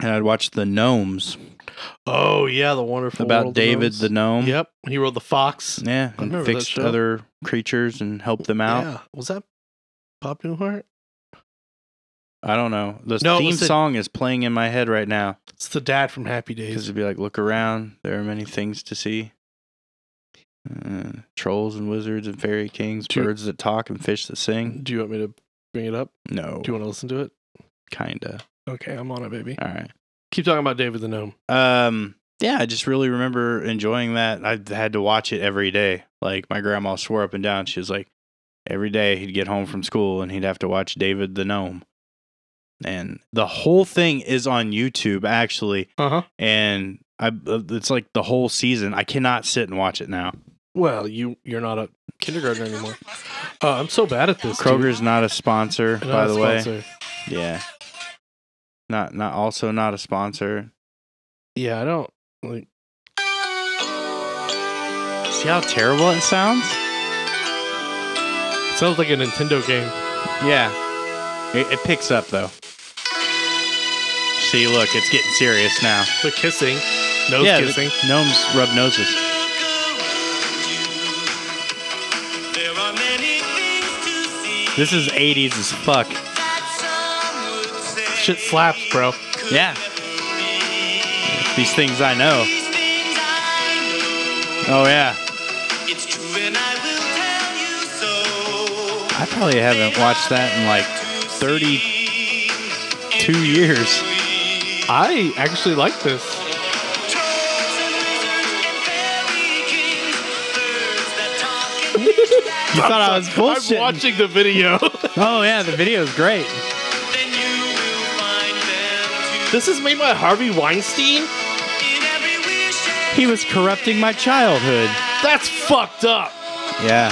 A: and I'd watch the gnomes
B: oh yeah, the wonderful
A: about
B: World of
A: David
B: Gnomes.
A: the gnome.
B: Yep. He rode the fox.
A: Yeah,
B: remember
A: and
B: that
A: fixed
B: show.
A: other creatures and helped them out.
B: Yeah. Was that Bob Newhart?
A: I don't know. The
B: No, it
A: theme
B: was the-
A: song is playing in my head right now
B: It's the dad from Happy
A: because
B: Days.
A: it'd be like, look around. There are many things to see. Uh, trolls and wizards and fairy kings,
B: Do-
A: birds that talk and fish that sing.
B: Do you want me to bring it up?
A: No,
B: Do you want to listen to it?
A: kinda.
B: Okay, I'm on it, baby.
A: All right.
B: Keep talking about David the Gnome.
A: Um, yeah, I just really remember enjoying that. I had to watch it every day. Like my grandma swore up and down, she was like, every day he'd get home from school and he'd have to watch David the gnome. And the whole thing is on YouTube actually,
B: Uh huh.
A: and I uh, it's like the whole season. I cannot sit and watch it now.
B: Well, you you're not a kindergartner anymore. Uh, I'm so bad at this. dude.
A: Kroger's not a sponsor,
B: Not
A: by
B: a
A: the way.
B: sponsor.
A: Yeah. Not not also not a sponsor.
B: Yeah, I don't like.
A: See how terrible it sounds?
B: Sounds like a Nintendo game.
A: Yeah. It, it picks up though. See, look, it's getting serious now.
B: The kissing, nose
A: yeah, the
B: kissing.
A: gnomes rub noses. This is 80s as fuck.
B: Shit slaps, bro.
A: Yeah. These things I know. Oh yeah. I probably haven't watched that in like 32 years.
B: I actually like this.
A: You thought I was bullshit.
B: I'm watching the video.
A: Oh yeah, the video's great.
B: this is made by Harvey Weinstein.
A: He was corrupting my childhood.
B: That's fucked up.
A: Yeah.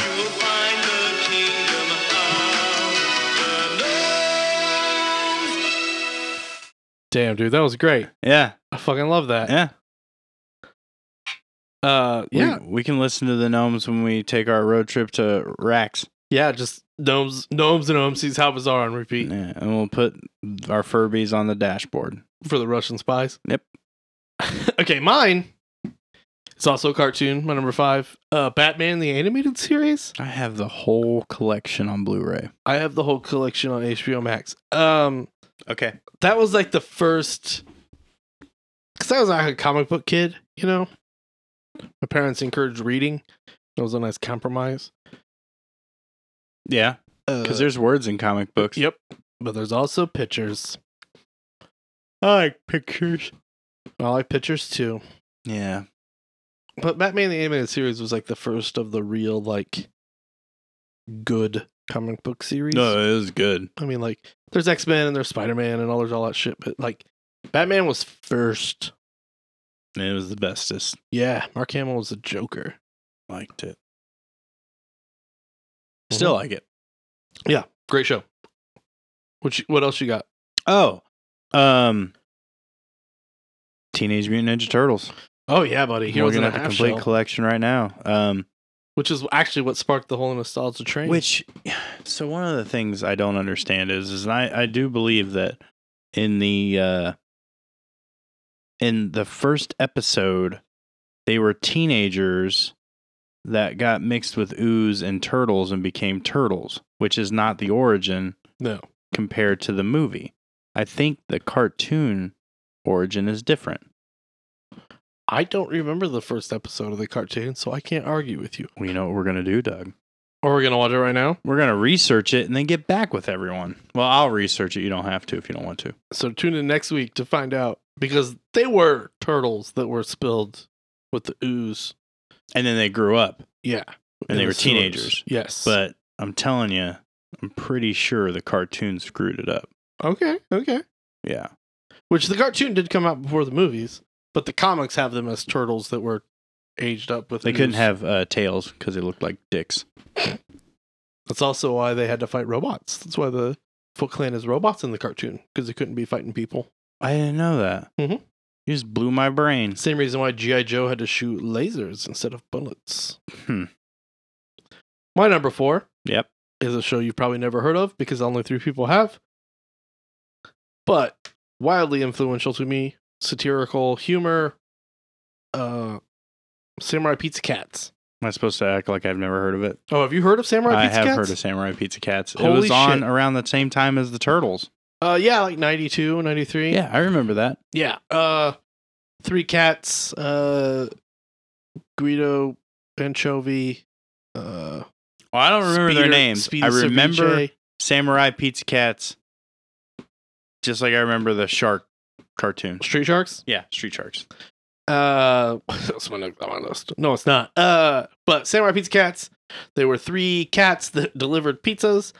B: Damn, dude, that was great.
A: Yeah.
B: I fucking love that.
A: Yeah.
B: Uh,
A: We-
B: yeah,
A: We, can listen to the gnomes when we take our road trip to Rax.
B: yeah. Just gnomes, gnomes, and OMC's How Bizarre on repeat
A: Yeah, and we'll put our Furbies on the dashboard.
B: for the Russian spies.
A: Yep.
B: okay, mine. It's also a cartoon. My number five, uh, Batman the animated series.
A: I have the whole collection on Blu ray.
B: I have the whole collection on HBO Max. Um,
A: Okay.
B: that was like the first because i was like a comic book kid you know my parents encouraged reading that was a nice compromise
A: Yeah. Because
B: because
A: there's words in comic books.
B: yep but there's also pictures
A: I like pictures.
B: i like pictures too
A: Yeah.
B: but batman the animated series was like the first of the real like good comic book series
A: No, it is good.
B: i mean like there's x-men and there's spider-man and all there's all that shit but like batman was first
A: It was the bestest.
B: yeah mark hamill was the joker
A: Liked it. Still like it.
B: great show Mm-hmm. what, you, what else you got
A: Oh. Um. Teenage Mutant Ninja Turtles.
B: Oh yeah, buddy.
A: We're
B: Heroes in
A: gonna
B: a
A: have
B: Half
A: the complete
B: Shell,
A: collection right now. Um.
B: which is actually what sparked the whole nostalgia train.
A: Which, so one of the things I don't understand is, is I I do believe that in the uh, in the first episode, they were teenagers that got mixed with ooze and turtles and became turtles, which is not the origin
B: no,
A: compared to the movie. I think the cartoon origin is different.
B: I don't remember the first episode of the cartoon, so I can't argue with you.
A: Well, you know what we're gonna do, Doug.
B: Or we're gonna watch it right now.
A: We're gonna research it and then get back with everyone. Well, I'll research it. You don't have to if you don't want to.
B: So tune in next week to find out because they were turtles that were spilled with the ooze.
A: And then they grew up,
B: Yeah,
A: And they
B: in
A: were
B: the sewers.
A: teenagers.
B: Yes,
A: but I'm telling you, I'm pretty sure the cartoon screwed it up.
B: okay, okay.
A: Yeah,
B: Which the cartoon did come out before the movies, but the comics have them as turtles that were aged up with.
A: they couldn't
B: ooze.
A: have uh, tails because they looked like dicks.
B: That's also why they had to fight robots. That's why the Foot Clan is robots in the cartoon because they couldn't be fighting people.
A: I didn't know that.
B: Mhm.
A: You just blew my brain.
B: Same reason why G.I. Joe had to shoot lasers instead of bullets.
A: Hmm.
B: My number four
A: Yep.
B: is a show you've probably never heard of because only three people have, but wildly influential to me. Satirical humor, uh, Samurai Pizza Cats.
A: Am I supposed to act like I've never heard of it?
B: Oh, have you heard of Samurai
A: I
B: Pizza
A: have
B: Cats?
A: heard of Samurai Pizza Cats. it
B: Holy
A: was on
B: shit.
A: around the same time as the Turtles.
B: Uh, yeah, like 92, 93.
A: Yeah, I remember that.
B: Yeah. Uh three cats, uh Guido, Anchovy, uh
A: Well, I don't remember their
B: Speeder-
A: names.
B: Speedy
A: I remember
B: Ceviche.
A: Samurai Pizza Cats, just like I remember the shark cartoon.
B: Street Sharks.
A: Yeah, Street Sharks.
B: Uh that's my next on my list. No, it's not. Uh but Samurai Pizza Cats. They were three cats that delivered pizzas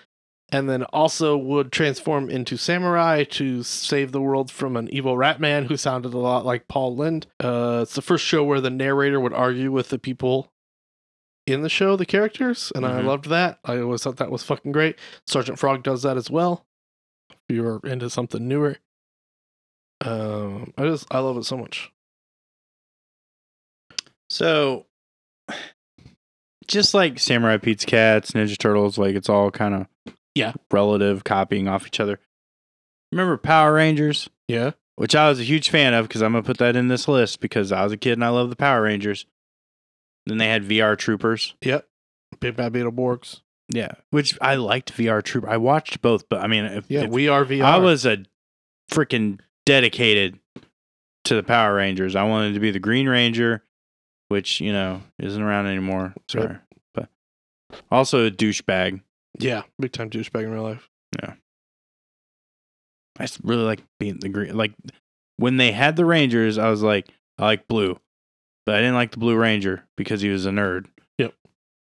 B: and then also would transform into samurai to save the world from an evil rat man who sounded a lot like Paul Lind. Uh, it's the first show where the narrator would argue with the people in the show, the characters, and I
A: Mhm.
B: loved that. I always thought that was fucking great. Sergeant Frog does that as well. If you're into something newer, um, I just I love it so much.
A: So, just like Samurai Pizza Cats, Ninja Turtles, like it's all kind of
B: Yeah.
A: relative, copying off each other. Remember Power Rangers,
B: Yeah,
A: which I was a huge fan of because I'm gonna put that in this list because I was a kid and I loved the Power Rangers. Then they had VR Troopers.
B: yep. Big Bad Beetleborgs.
A: Yeah, which I liked VR Trooper. I watched both, but I mean, if,
B: Yeah,
A: if
B: we are VR.
A: I was a freaking dedicated to the Power Rangers. I wanted to be the Green Ranger, which you know isn't around anymore. Sorry, but also a douchebag.
B: yeah, big time douchebag in real life.
A: I s- really like being the green. Like when they had the Rangers, I was like, I like blue, but I didn't like the Blue Ranger because he was a nerd.
B: Yep.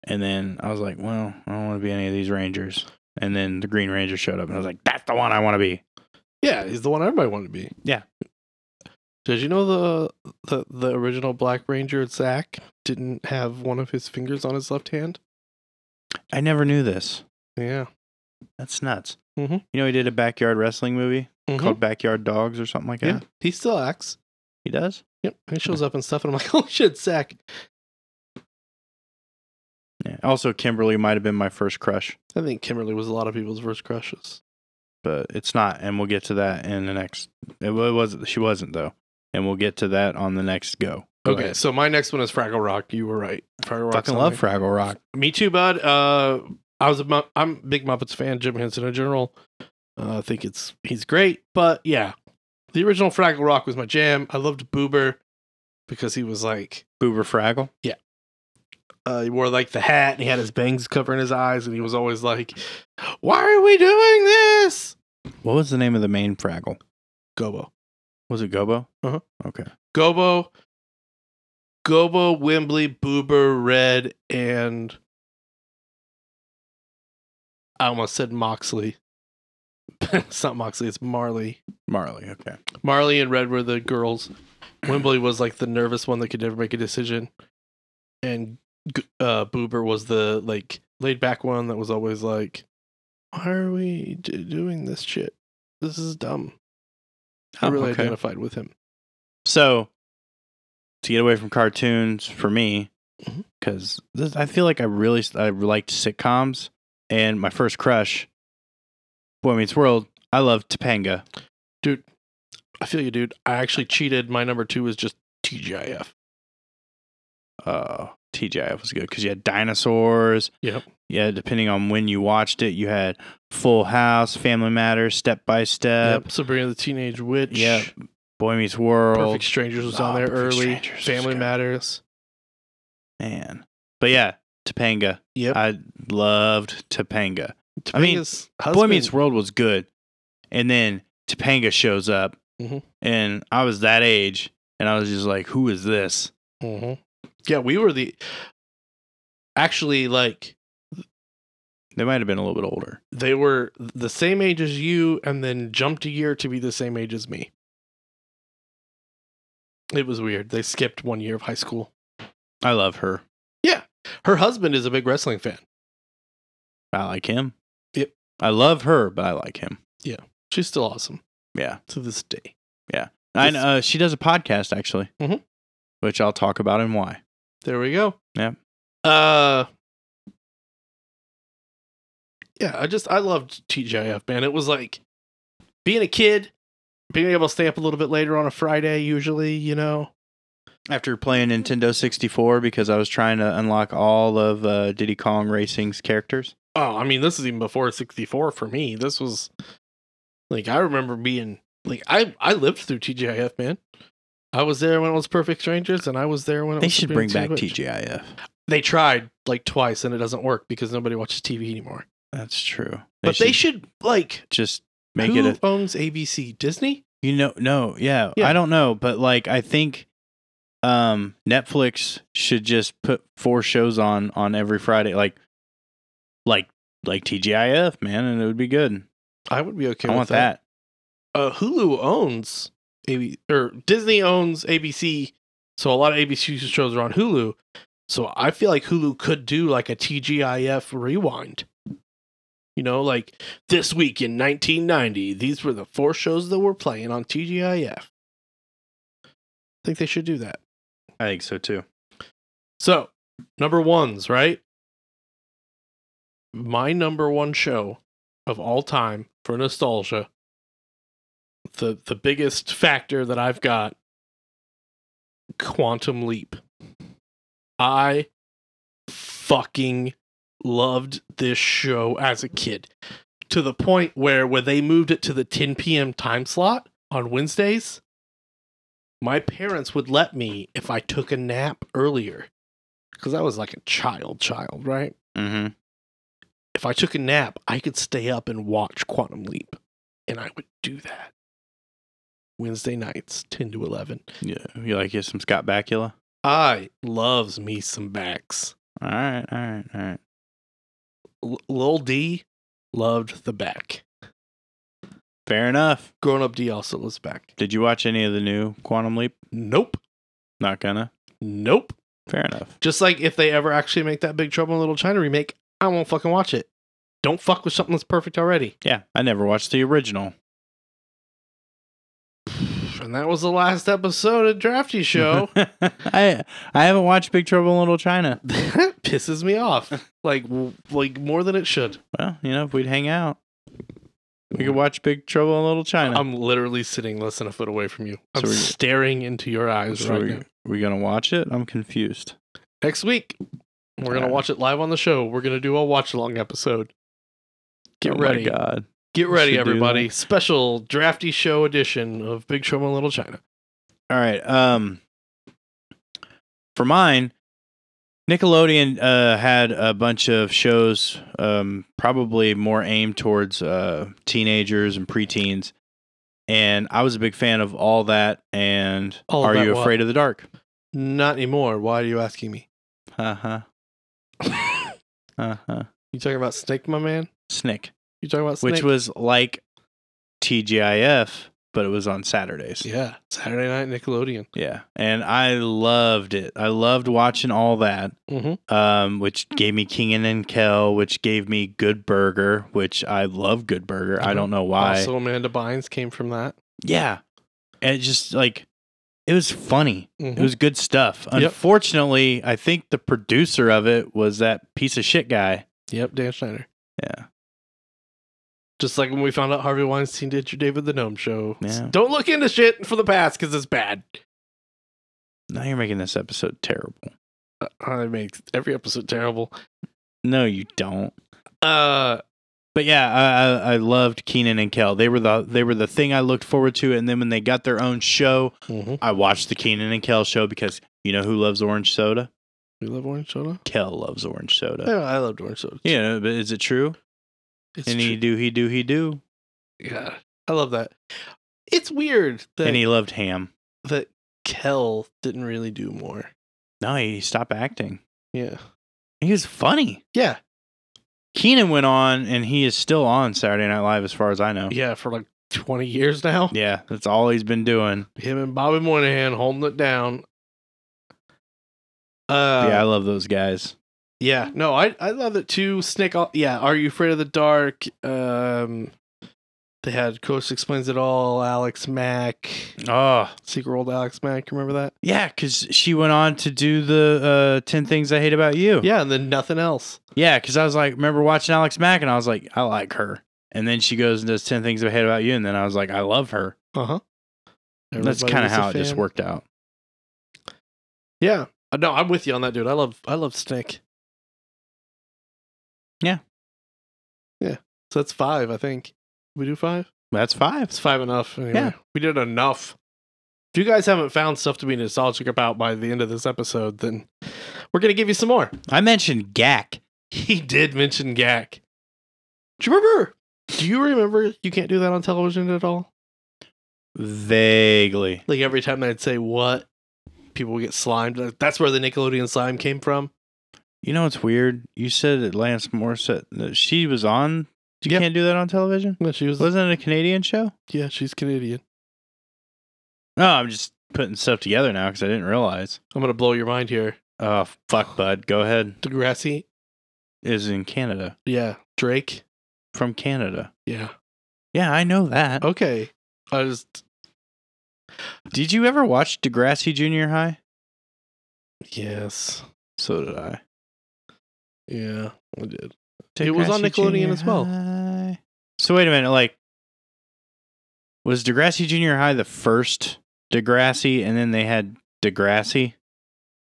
A: And then I was like, well, I don't want to be any of these Rangers. And then the Green Ranger showed up, and I was like, that's the one I want to be.
B: Yeah, he's the one everybody wanted to be.
A: Yeah.
B: Did you know the the, the original Black Ranger Zack didn't have one of his fingers on his left hand?
A: I never knew this.
B: Yeah.
A: That's nuts.
B: Mhm.
A: You know, he did a backyard wrestling movie
B: Mhm.
A: called Backyard Dogs or something like that.
B: Yeah. He still acts.
A: He does.
B: Yep. He shows up and stuff, and I'm like, oh shit, Zack.
A: Yeah. Also, Kimberly might have been my first crush,
B: I think Kimberly was a lot of people's first crushes.
A: but it's not, and we'll get to that in the next. It wa- was she wasn't though, and we'll get to that on the next go. Go
B: okay,
A: ahead.
B: so my next one is Fraggle Rock. You were right. Fraggle Rock.
A: Fucking love Fraggle Rock.
B: Me too, bud. Uh, I was a Mu- I'm a big Muppets fan. Jim Henson in general. Uh, I think it's he's great, but yeah, the original Fraggle Rock was my jam. I loved Boober because he was like
A: Boober Fraggle.
B: uh, he wore like the hat and he had his bangs covering his eyes and he was always like, "Why are we doing this?"
A: What was the name of the main Fraggle?
B: Gobo,
A: Was it Gobo?
B: Uh-huh.
A: Okay.
B: Gobo, Gobo, Wimbley, Boober, Red, and I almost said Moxley. it's not Moxley. It's Marley.
A: Marley. Okay.
B: Marley and Red were the girls. Wembley was like the nervous one that could never make a decision, and G- uh, Boober was the like laid back one that was always like, "Why are we d- doing this shit? This is dumb." I
A: Oh,
B: really
A: okay.
B: identified with him.
A: So, to get away from cartoons for me,
B: Mhm.
A: because I feel like I really I liked sitcoms, and my first crush, Boy Meets World. I love Topanga.
B: I feel you, dude. I actually cheated. My number two is just TGIF.
A: Uh, TGIF was good because you had dinosaurs.
B: Yep.
A: Yeah, depending on when you watched it, you had Full House, Family Matters, Step by Step.
B: yep. Sabrina the Teenage Witch.
A: Yep. Boy Meets World.
B: Perfect Strangers was on
A: Ah,
B: there
A: Perfect
B: early.
A: Strangers was
B: Family
A: good.
B: Matters.
A: Man. But yeah, Topanga.
B: Yep.
A: I loved Topanga. I mean,
B: Topanga's
A: Boy
B: husband-
A: Meets World was good. And then Topanga shows up.
B: Mhm.
A: And I was that age. And I was just like, who is this?
B: Mhm. Yeah, we were the actually like
A: They might have been a little bit older.
B: they were the same age as you and then jumped a year to be the same age as me. It was weird. They skipped one year of high school.
A: I love her.
B: Her husband is a big wrestling fan.
A: I like him.
B: Yep.
A: I love her, but I like him.
B: She's still awesome
A: Yeah.
B: to this day.
A: I
B: This-
A: know, uh, she does a podcast actually,
B: Mhm.
A: which I'll talk about and why.
B: There we go.
A: Yeah.
B: Uh Yeah, I just I loved TGIF, man. It was like being a kid, being able to stay up a little bit later on a Friday usually, you know.
A: After playing Nintendo 64, because I was trying to unlock all of uh, Diddy Kong Racing's characters.
B: Oh, I mean, this is even before 64 for me. This was like I remember being like I I lived through TGIF, man. I was there when it was Perfect Strangers, and I was there when it
A: They
B: was
A: should
B: Sabrina
A: bring back
B: Teenage Witch.
A: TGIF.
B: They tried like twice, and it doesn't work because nobody watches TV anymore.
A: That's true.
B: but they should like
A: just make
B: who
A: it a
B: owns ABC Disney.
A: you know no yeah,
B: Yeah.
A: I don't know, but like I think um Netflix should just put four shows on on every Friday like like like TGIF man, and it would be good.
B: I would be okay.
A: I
B: with
A: want that.
B: Uh, Hulu owns AB or Disney owns ABC, so a lot of ABC shows are on Hulu. So I feel like Hulu could do like a TGIF rewind. You know, like this week in 1990, these were the four shows that were playing on TGIF. I think they should do that.
A: I think so too.
B: So, number ones, right? My number one show of all time for nostalgia. The the biggest factor that I've got Quantum Leap. I fucking loved this show as a kid. To the point where when they moved it to the 10 p.m. time slot on Wednesdays, my parents would let me if I took a nap earlier because I was like a child, child, right?
A: Mhm.
B: If I took a nap, I could stay up and watch Quantum Leap, and I would do that. Wednesday nights, 10 to 11.
A: Yeah, you like get some Scott Bakula?
B: I loves me some backs.
A: All right, all right, all right.
B: L- Lil D loved the back.
A: Fair enough.
B: Grown up D also loves back.
A: Did you watch any of the new Quantum Leap?
B: Nope.
A: Not gonna.
B: Nope.
A: Fair enough.
B: Just like if they ever actually make that Big Trouble in Little China remake, I won't fucking watch it. Don't fuck with something that's perfect already.
A: Yeah, I never watched the original.
B: And that was the last episode of Drafty Show.
A: I I haven't watched Big Trouble in Little China.
B: that pisses me off. Like, w- like more than it should.
A: Well, you know, if we'd hang out, we could watch Big Trouble in Little China.
B: I'm literally sitting less than a foot away from you. I'm
A: So we-
B: staring into your eyes
A: so
B: right
A: we,
B: now.
A: we gonna watch it? I'm confused.
B: Next week, we're gonna
A: Yeah.
B: watch it live on the show. We're gonna do a watch along episode. Get
A: oh
B: ready.
A: My God,
B: Get
A: We
B: ready,
A: should do
B: everybody.
A: that.
B: Special Drafty Show edition of Big Trouble in Little China.
A: All right. Um, for mine, Nickelodeon uh, had a bunch of shows, um, probably more aimed towards uh, teenagers and preteens, and I was a big fan of all that. And
B: All
A: Are
B: That
A: You
B: What?
A: Afraid of the Dark?
B: Not anymore. Why are you asking me?
A: Uh huh. Uh huh.
B: You talking about Snake, my man?
A: Snick,
B: You talking about Snake?
A: which was like TGIF, but it was on Saturdays.
B: yeah, Saturday Night Nickelodeon.
A: yeah, and I loved it. I loved watching all that.
B: Mm-hmm.
A: um, which gave me Keenan and Kel, which gave me Good Burger, which I love Good Burger. I don't know why.
B: Uh-huh. Also, Amanda Bynes came from that.
A: yeah, and it just like it was funny.
B: Mhm.
A: It was good stuff.
B: Yep.
A: Unfortunately, I think the producer of it was that piece of shit guy.
B: Yep, Dan Schneider.
A: Yeah.
B: Just like when we found out Harvey Weinstein did your David the Gnome show.
A: Yeah.
B: Don't look into shit for the past because it's bad.
A: Now you're making this episode terrible.
B: Uh, it makes every episode terrible.
A: No, you don't.
B: Uh,
A: But yeah, I, I, I loved Keenan and Kel. They were the they were the thing I looked forward to. And then when they got their own show,
B: Mm-hmm.
A: I watched the Keenan and Kel show because you know who loves orange soda?
B: You love orange soda?
A: Kel loves orange soda.
B: Yeah, I loved orange soda.
A: Uh, Yeah, but is it true?
B: it's
A: and he
B: true.
A: do he do he do.
B: yeah, I love that. It's weird that
A: And he loved ham.
B: that Kel didn't really do more.
A: No, he stopped acting.
B: Yeah,
A: He was funny.
B: yeah,
A: Keenan went on, and he is still on Saturday Night Live, as far as I know.
B: yeah. For like twenty years now,
A: Yeah, that's all he's been doing.
B: him and Bobby Moynihan holding it down. Uh,
A: yeah, I love those guys.
B: Yeah, no, I I love it too. Snick, all, yeah. Are you afraid of the dark? Um, they had Coach explains it all. Alex Mack,
A: Oh,
B: secret world. Alex Mack, remember that?
A: yeah, because she went on to do the uh, 10 Things I Hate About You.
B: Yeah, and then nothing else.
A: Yeah, because I was like, remember watching Alex Mack, and I was like, I like her. And then she goes and does 10 Things I Hate About You, and then I was like, I love her.
B: Uh huh.
A: Uh-huh. that's kind of how it just worked out.
B: Yeah, Uh, no, I'm with you on that, dude. I love I love Snick.
A: Yeah.
B: yeah. So that's five, I think. We do five.
A: That's five.
B: It's five enough. Anyway.
A: Yeah.
B: we did enough. If you guys haven't found stuff to be nostalgic about by the end of this episode, then we're gonna give you some more.
A: I mentioned Gak.
B: He did mention Gak. Do you remember? Do you remember you can't do that on television at all?
A: Vaguely.
B: Like every time I'd say what, people would get slimed. Like, That's where the Nickelodeon slime came from.
A: You know what's weird? You said that Lance Morissette, that she was on. You
B: Yeah.
A: can't do that on television?
B: No, she was.
A: Wasn't it a Canadian show?
B: Yeah, she's Canadian.
A: No, I'm just putting stuff together now because I didn't realize.
B: I'm gonna blow your mind here.
A: Oh, fuck, bud. Go ahead.
B: Degrassi.
A: Is in Canada.
B: Yeah, Drake.
A: From Canada.
B: Yeah.
A: Yeah, I know that.
B: Okay. I just.
A: Did you ever watch Degrassi Junior High?
B: Yes.
A: So did I.
B: Yeah, I did. It was on
A: Degrassi
B: Nickelodeon
A: Junior
B: as well.
A: High. So wait a minute, like was Degrassi Junior High the first Degrassi and then they had Degrassi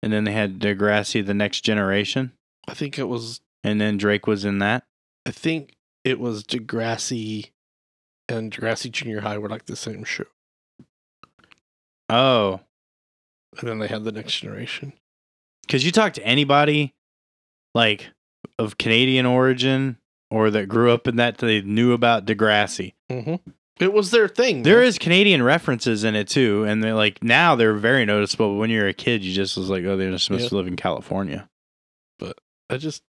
A: and then they had Degrassi the Next Generation
B: I think it was.
A: and then Drake was in that?
B: I think it was Degrassi, and Degrassi Junior High were like the same show,
A: Oh,
B: and then they had the Next Generation.
A: cuz you talk to anybody like of Canadian origin or that grew up in that they knew about Degrassi.
B: Mm-hmm. It was their thing.
A: There
B: man.
A: is Canadian references in it too, and they're like now they're very noticeable. But when you're a kid, you just was like, oh, they're just supposed
B: Yeah.
A: to live in California.
B: I just.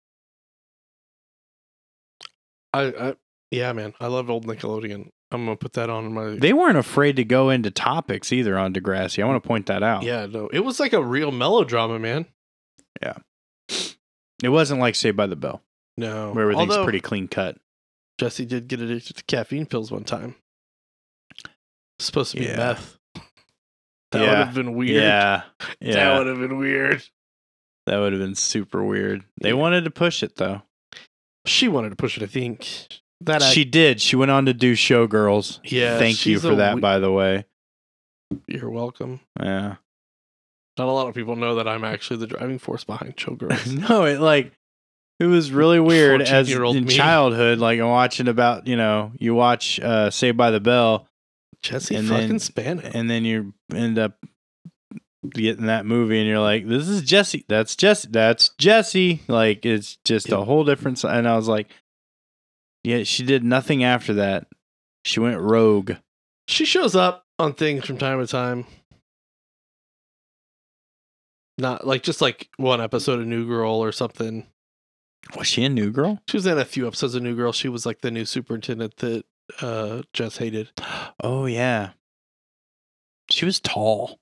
B: I, I yeah, man. I love old Nickelodeon. I'm gonna put that on my.
A: They weren't afraid to go into topics either on Degrassi. I want to point that out.
B: yeah, no. It was like a real melodrama, man.
A: it wasn't like Saved by the Bell,
B: No,
A: where everything's
B: Although,
A: pretty clean cut.
B: Jesse did get addicted to caffeine pills one time. Supposed to be
A: Yeah.
B: meth.
A: Yeah.
B: That would have been weird.
A: Yeah,
B: That
A: yeah,
B: would have been weird.
A: that would have been super weird. They
B: Yeah.
A: wanted to push it though.
B: She wanted to push it. I think that act-
A: she did. She went on to do Showgirls.
B: Yeah,
A: thank you
B: she's
A: for
B: a
A: that,
B: we-
A: by the way.
B: You're welcome.
A: Yeah.
B: Not a lot of people know that I'm actually the driving force behind Showgirls.
A: no, it like it was really weird as
B: 14-year-old
A: in
B: me.
A: childhood, like I'm watching about you know you watch uh, Saved by the Bell,
B: Jesse
A: And
B: fucking
A: then-
B: Spano.
A: and then you end up getting that movie, and you're like, this is Jesse, that's Jesse, that's Jesse, like it's just a
B: Yep.
A: whole different. s- And I was like, yeah, she did nothing after that. She went rogue.
B: she shows up on things from time to time. Not like just like one episode of New Girl or something.
A: Was she a new girl?
B: She was in a few episodes of New Girl. She was like the new superintendent that uh Jess hated.
A: Oh yeah, she was tall.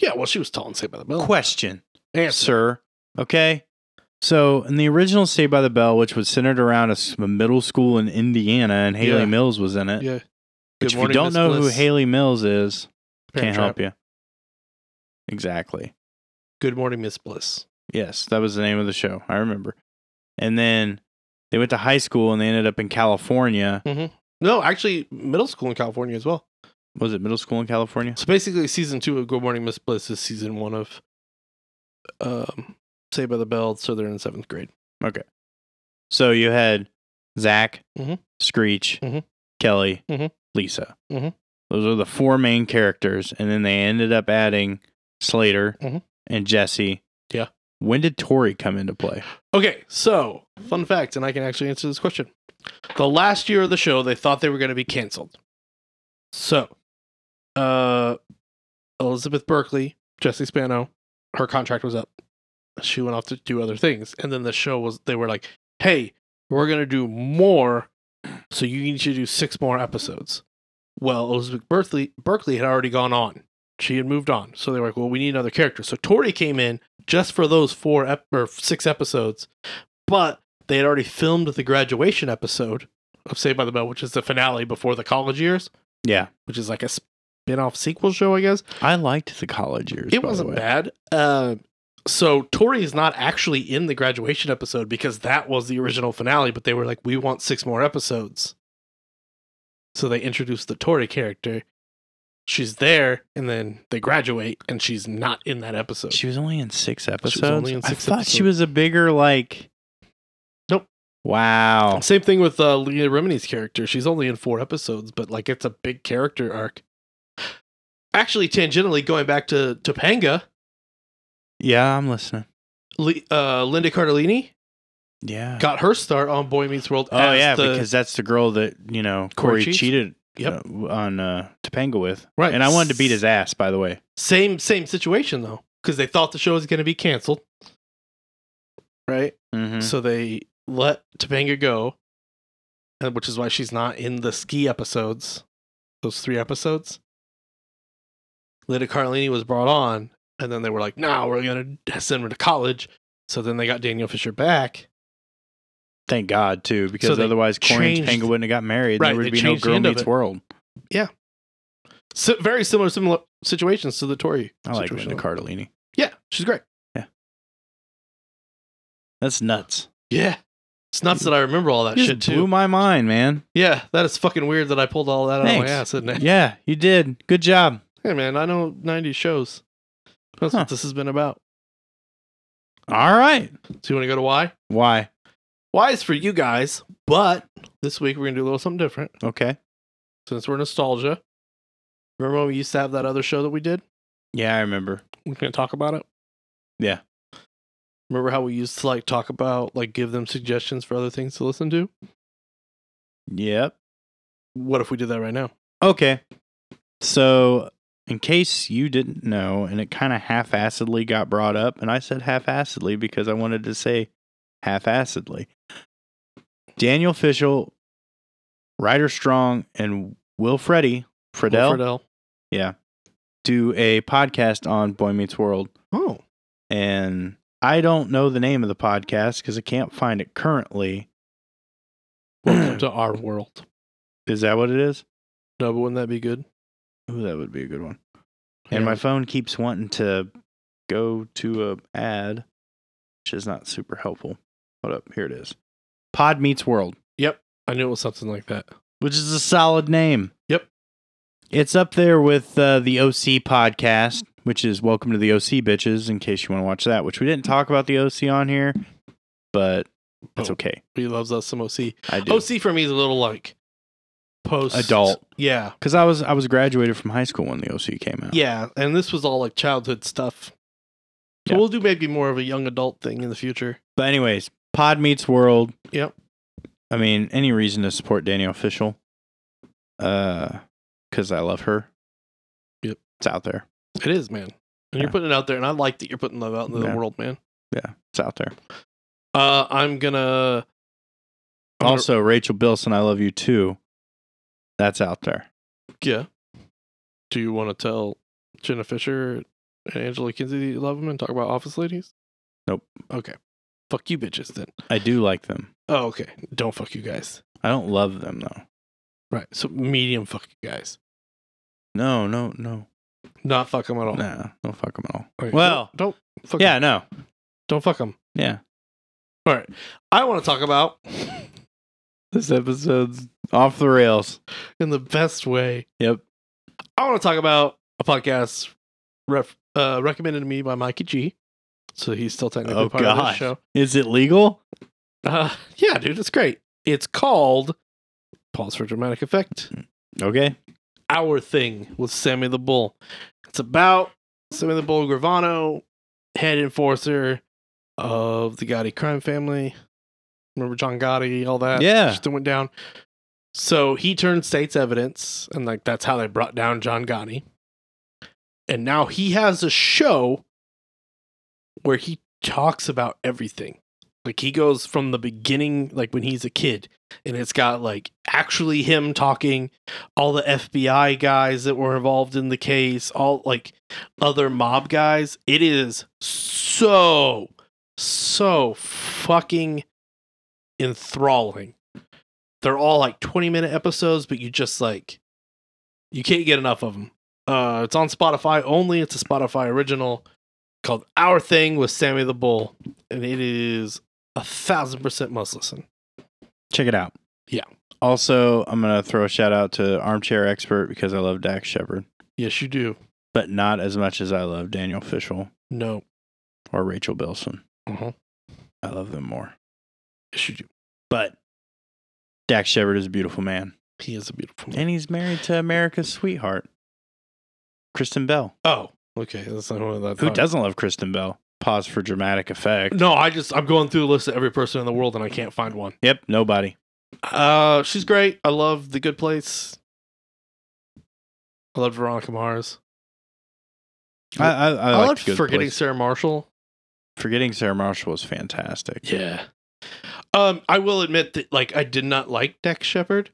B: Yeah, well, she was tall and saved by the bell.
A: Question.
B: Answer.
A: sir. Okay. So in the original Saved by the Bell, which was centered around a s- a middle school in Indiana, and Haley
B: Yeah.
A: Mills was in it.
B: Yeah.
A: Which,
B: Good
A: if
B: morning,
A: you don't
B: Miss
A: know who
B: Bliss.
A: Haley Mills is,
B: Parent
A: can't
B: Trap.
A: help you. Exactly.
B: Good morning, Miss Bliss.
A: Yes, that was the name of the show. I remember. And then they went to high school and they ended up in California.
B: No, actually, middle school in California as well.
A: Was it middle school in California?
B: So basically, season two of Good Morning Miss Bliss is season one of um, Saved by the Bell. So they're in seventh grade.
A: So you had Zach,
B: Mhm.
A: Screech,
B: Mhm.
A: Kelly,
B: Mhm.
A: Lisa.
B: Mhm.
A: Those are the four main characters, and then they ended up adding Slater
B: Mhm.
A: and Jesse.
B: Yeah.
A: When did Tori come into play?
B: Okay, so fun fact, and I can actually answer this question. The last year of the show, they thought they were going to be canceled. So, uh, Elizabeth Berkley, Jesse Spano, her contract was up. She went off to do other things, and then the show was. They were like, "Hey, we're going to do more, so you need to do six more episodes." Well, Elizabeth Berkley, Berkley had already gone on. She had moved on, so they were like, "Well, we need another character." So Tori came in just for those four ep- or six episodes, but they had already filmed the graduation episode of Saved by the Bell, which is the finale before the college years,
A: Yeah.
B: which is like a spin-off sequel show, I guess.
A: I liked the college years. by
B: It
A: the
B: wasn't
A: way.
B: bad. Um, so Tori is not actually in the graduation episode because that was the original finale, but they were like, we want six more episodes. So they introduced the Tori character. She's there, and then they graduate, and she's not in that episode.
A: She was only in six episodes.
B: was only in six
A: I thought she
B: episodes.
A: was a bigger like.
B: Nope.
A: Wow.
B: Same thing with uh, Leah Remini's character. She's only in four episodes, but like it's a big character arc. Actually, tangentially going back to Topanga,
A: Yeah, I'm listening.
B: Le- uh, Linda Cardellini
A: Yeah.
B: got her start on Boy Meets World.
A: Oh
B: as
A: yeah,
B: the-
A: because that's the girl that you know
B: Corey
A: Corey,
B: cheats?
A: cheated
B: Yep.
A: uh, on uh, Topanga with,
B: Right.
A: And I wanted to beat his ass, by the way.
B: same same situation though, because they thought the show was going to be canceled, right?
A: Mm-hmm.
B: So they let Topanga go, uh, which is why she's not in the ski episodes, those three episodes. Linda Carlini was brought on, and then they were like, "No, we're gonna send her to college." So then they got Daniel Fisher back.
A: Thank God too, because
B: they
A: otherwise Corey and
B: changed-
A: Topanga wouldn't have got married.
B: Right,
A: there
B: they
A: would be no
B: changed the
A: Girl
B: end of
A: Meets
B: it.
A: World.
B: So very similar, similar situations to the Tory.
A: I like
B: situation.
A: Linda Cardellini.
B: Yeah, she's great.
A: That's nuts.
B: Yeah, it's nuts that I remember all that
A: You
B: shit
A: just
B: too.
A: blew my mind, man.
B: yeah, that is fucking weird that I pulled all that out of
A: Thanks.
B: my ass, isn't it?
A: Yeah, you did. Good job.
B: Hey man, I know '90s shows. That's
A: Huh.
B: what this has been about.
A: All right.
B: So you want to go to why?
A: Why?
B: Why is for you guys, but this week we're gonna do a little something different
A: Okay.
B: since we're nostalgia. Remember when we used to have that other show that we did?
A: Yeah, I remember.
B: We're gonna talk about it.
A: Yeah.
B: Remember how we used to like talk about like give them suggestions for other things to listen to?
A: Yep.
B: What if we did that right now?
A: Okay. So, in case you didn't know, and it kind of half acidly got brought up, and I said half acidly because I wanted to say half acidly. Daniel Fishel, Ryder Strong, and Will Freddy, Fredell,
B: Fredell.
A: do a podcast on Boy Meets World.
B: Oh.
A: And I don't know the name of the podcast because I can't find it currently.
B: Welcome to our world.
A: Is that what it is?
B: No, but wouldn't that be good?
A: Ooh, that would be a good one.
B: Yeah.
A: And my phone keeps wanting to go to a ad, which is not super helpful. Hold up, here it is. Pod Meets World,
B: I knew it was something like that.
A: which is a solid name.
B: Yep.
A: It's up there with uh, the OC podcast, which is Welcome to the OC Bitches, in case you want to watch that, which we didn't talk about the OC on here, but that's
B: Oh.
A: okay.
B: He loves us some OC.
A: I do.
B: OC for me is a little like post
A: Adult.
B: Yeah.
A: Because I was I was graduated from high school when the OC came out.
B: Yeah, and this was all like childhood stuff. So
A: Yeah.
B: we'll do maybe more of a young adult thing in the future.
A: But anyways, Pod Meets World.
B: Yep.
A: I mean, any reason to support Danielle Fishel. Uh cuz I love her.
B: Yep.
A: It's out there.
B: It is, man. And you're
A: Yeah.
B: putting it out there, and I like that you're putting love out into the
A: Yeah.
B: world, man.
A: Yeah, it's out there.
B: Uh, I'm gonna I'm gonna-
A: Also, Rachel Bilson, I love you too. That's out there.
B: yeah. Do you want to tell Jenna Fisher and Angela Kinsey that you love them and talk about Office Ladies?
A: Nope.
B: Okay. Fuck you, bitches. Then.
A: I do like them.
B: Oh, okay. Don't fuck you guys.
A: I don't love them though.
B: Right. So medium fuck you guys.
A: No, no, no.
B: Not fuck them at all.
A: Nah, don't fuck them at all.
B: Okay,
A: Well,
B: don't, don't fuck. 'em.
A: Yeah, no.
B: Don't fuck them.
A: Yeah.
B: All right. I want to talk about
A: This episode's off the rails.
B: in the best way.
A: Yep.
B: I want to talk about a podcast ref, uh, recommended to me by Mikey G. So he's still technically
A: Oh
B: part of
A: god.
B: this show.
A: Is it legal?
B: Uh, yeah, dude, it's great. It's called Pause for Dramatic Effect.
A: Okay.
B: Our Thing with Sammy the Bull. It's about Sammy the Bull Gravano, head enforcer of the Gotti crime family. Remember John Gotti, all that?
A: Yeah.
B: Shit that went down. So he turned state's evidence, and like that's how they brought down John Gotti. And now he has a show where he talks about everything. Like he goes from the beginning, like when he's a kid, and it's got like actually him talking, all the FBI guys that were involved in the case, all like other mob guys. It is so, so fucking enthralling. They're all like 20 minute episodes, but you just like, you can't get enough of them. Uh, it's on Spotify only. It's a Spotify original called Our Thing with Sammy the Bull, and it is a thousand percent must listen.
A: Check it out.
B: Yeah.
A: Also, I'm gonna throw a shout out to Armchair Expert because I love Dax Shepard,
B: Yes, you do.
A: but not as much as I love Daniel Fishel
B: No.
A: or Rachel Bilson.
B: Uh-huh.
A: I love them more.
B: Yes, you do.
A: But Dax Shepard is a beautiful man.
B: He is a beautiful man.
A: And he's married to America's sweetheart, Kristen Bell.
B: Oh, okay. That's not what I
A: Who
B: thought.
A: doesn't love Kristen Bell? Pause for dramatic effect.
B: No, I just I'm going through the list of every person in the world and I can't find one.
A: Yep, nobody.
B: Uh, she's great. I love The Good Place. I love Veronica Mars.
A: I I, I,
B: I,
A: liked
B: love
A: Good
B: forgetting
A: Place.
B: Sarah Marshall.
A: forgetting Sarah Marshall was fantastic.
B: Yeah. Um, I will admit that like I did not like Dex Shepard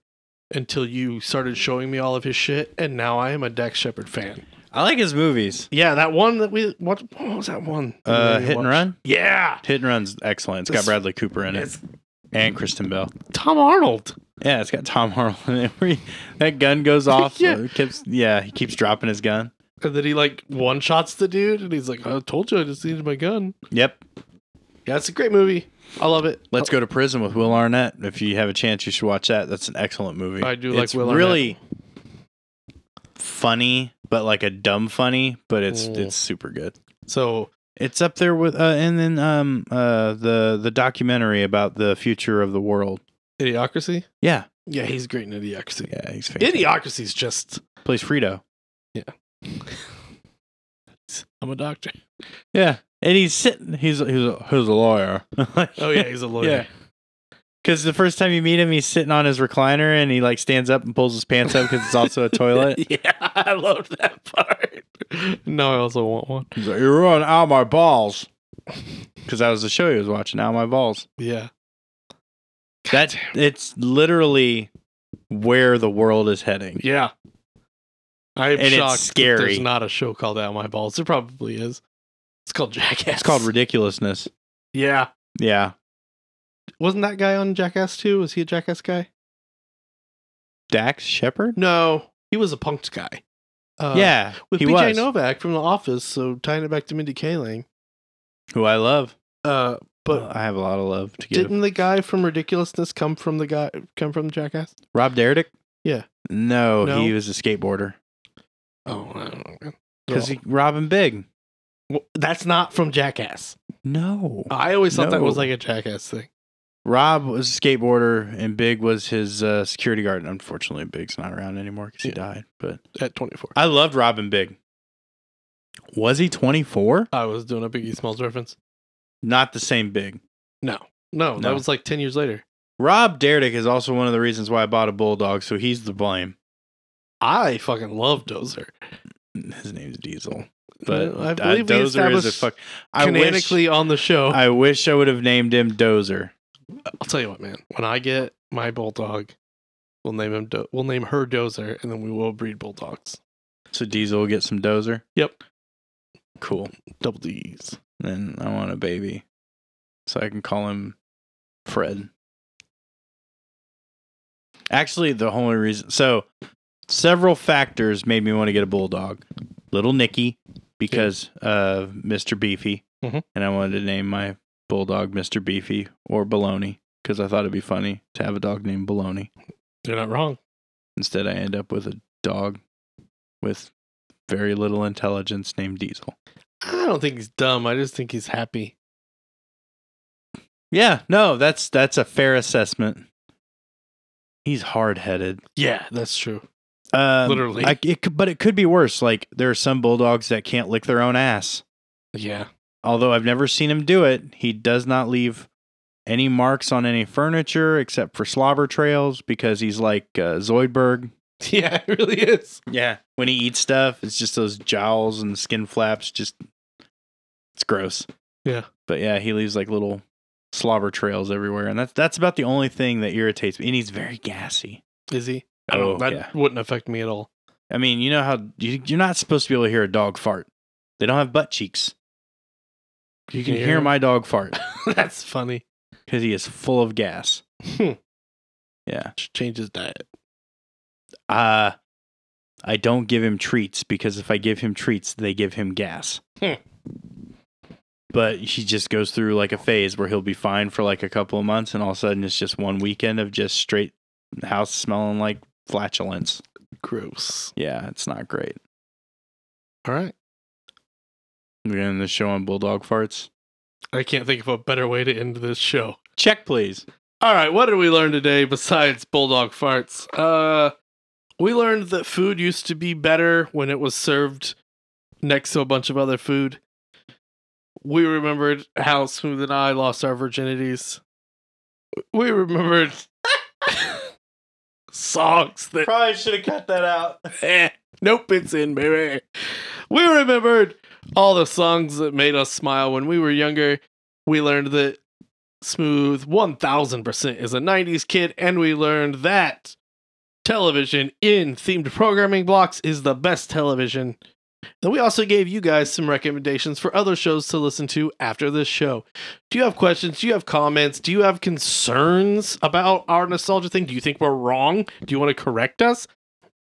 B: until you started showing me all of his shit, and now I am a Dex Shepard fan.
A: I like his movies.
B: Yeah, that one that we what, what was that one?
A: Uh,
B: that we
A: Hit and
B: watched?
A: Run.
B: Yeah,
A: Hit and Run's excellent. It's got
B: It's-
A: Bradley Cooper in it
B: it's
A: and Kristen Bell.
B: Tom Arnold.
A: Yeah, it's got Tom Harrell in it. Where he- that gun goes off.
B: Yeah.
A: yeah. Keeps, yeah, he keeps dropping his gun.
B: And then he like one shots the dude, and he's like, "I told you, I just needed my gun."
A: Yep.
B: Yeah, it's a great movie. I love it.
A: Let's go to prison with Will Arnett. If you have a chance, you should watch that. That's an excellent movie.
B: I do like
A: it's
B: Will Arnett.
A: Really funny, but like a dumb funny, but it's
B: Mm.
A: it's super good.
B: So
A: It's up there with, uh, and then um uh the the documentary about the future of the world.
B: Idiocracy.
A: Yeah,
B: Yeah, he's great in Idiocracy.
A: yeah, he's fantastic.
B: Idiocracy's just
A: Plays Frito.
B: I'm a doctor.
A: Yeah, and he's sitting. He's he's a, he's a lawyer.
B: Oh yeah, he's a lawyer.
A: yeah. Because the first time you meet him, he's sitting on his recliner and he like stands up and pulls his pants up because it's also a toilet.
B: yeah, I love that part. No, I also want one.
A: He's like, "You're on out my balls," because that was the show he was watching. Out my balls.
B: Yeah.
A: That it's literally where the world is heading.
B: Yeah. I'm
A: And it's
B: shocked. that
A: scary.
B: there's not a show called Out My Balls. There probably is. It's called Jackass.
A: It's called ridiculousness.
B: Yeah.
A: Yeah,
B: Wasn't that guy on Jackass too? Was he a Jackass guy?
A: Dax Shepard.
B: No, he was a punked guy. Uh,
A: yeah,
B: with
A: he
B: BJ
A: was
B: Novak from The Office. So tying it back to Mindy Kaling.
A: who I love.
B: Uh,
A: But
B: but
A: I have a lot of love to give.
B: didn't the guy from Ridiculousness come from the guy come from Jackass?
A: Rob Dyrdek.
B: Yeah.
A: No,
B: No?
A: he was a skateboarder
B: Oh, I don't know.
A: because he Robin Big.
B: Well, that's not from Jackass.
A: No.
B: I always thought that was
A: No.
B: like a Jackass thing.
A: Rob was a skateboarder and Big was his uh, security guard. Unfortunately, Big's not around anymore because he
B: Yeah.
A: died. But
B: At 24,
A: I loved Robin Big. Was he 24?
B: I was doing a Biggie Smalls reference.
A: Not the same Big.
B: No, no, that
A: No.
B: was like 10 years later.
A: Rob Dyrdek is also one of the reasons why I bought a bulldog, so he's the blame.
B: I fucking love Dozer.
A: His name's Diesel, but
B: I
A: uh,
B: believe we
A: Dozer is a
B: established
A: fuck. I wish,
B: canonically on the show. I,
A: I wish I would have named him Dozer.
B: will tell you what, man. When I get my bulldog, we'll name him. Do- we'll name her Dozer, and then we will breed bulldogs.
A: So Diesel will get some Dozer.
B: Yep.
A: Cool.
B: Double D's.
A: Then I want a baby, so I can call him Fred. Actually, the only reason so several factors made me want to get a bulldog. Little Nicky because of Mr. Beefy,
B: Mhm.
A: and I wanted to name my bulldog Mr. Beefy or Baloney because I thought it'd be funny to have a dog named Baloney.
B: You're not wrong.
A: Instead, I end up with a dog with very little intelligence named Diesel.
B: I don't think he's dumb. I just think he's happy.
A: Yeah, no, that's that's a fair assessment. He's hard headed.
B: Yeah, that's true.
A: Um,
B: Literally.
A: I, it, could- but it could be worse. Like there are some bulldogs that can't lick their own ass.
B: Yeah.
A: Although I've never seen him do it, he does not leave any marks on any furniture except for slobber trails because he's like uh, Zoidberg.
B: Yeah, it really is.
A: Yeah, when he eats stuff, it's just those jowls and skin flaps. Just it's gross.
B: Yeah.
A: but yeah, he leaves like little slobber trails everywhere, and that's that's about the only thing that irritates me. And he's very gassy.
B: Is he? I don't,
A: Oh,
B: that
A: yeah.
B: wouldn't affect me at all.
A: I mean, you know how you, you're not supposed to be able to hear a dog fart. They don't have butt cheeks. You can hear
B: him.
A: my dog fart
B: That's funny.
A: because he is full of gas.
B: Hmm.
A: Yeah.
B: Should change his diet.
A: Uh I don't give him treats because if I give him treats, they give him gas.
B: Hmm.
A: But he just goes through like a phase where he'll be fine for like a couple of months, and all of a sudden it's just one weekend of just straight house smelling like flatulence.
B: Gross.
A: Yeah, it's not great.
B: All right.
A: We're gonna end the show on bulldog farts.
B: I can't think of a better way to end this show.
A: Check, please.
B: All right, what did we learn today besides bulldog farts? Uh, we learned that food used to be better when it was served next to a bunch of other food. We remembered how Smooth and I lost our virginities. We remembered songs that
A: Probably should have cut that out.
B: Eh, nope, it's in, baby. We remembered all the songs that made us smile when we were younger. We learned that Smooth 1000% is a 90s kid, and we learned that television in themed programming blocks is the best television. And we also gave you guys some recommendations for other shows to listen to after this show. Do you have questions? Do you have comments? Do you have concerns about our nostalgia thing? Do you think we're wrong? Do you want to correct us?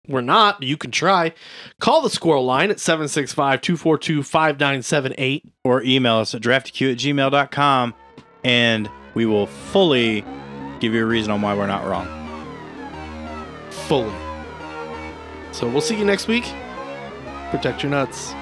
B: We're not. You can try. Call the squirrel line at 765 242 5978.
A: or email us at draftq at gmail.com and we will fully give you a reason on why we're not wrong.
B: Fully. So we'll see you next week. Protect your nuts.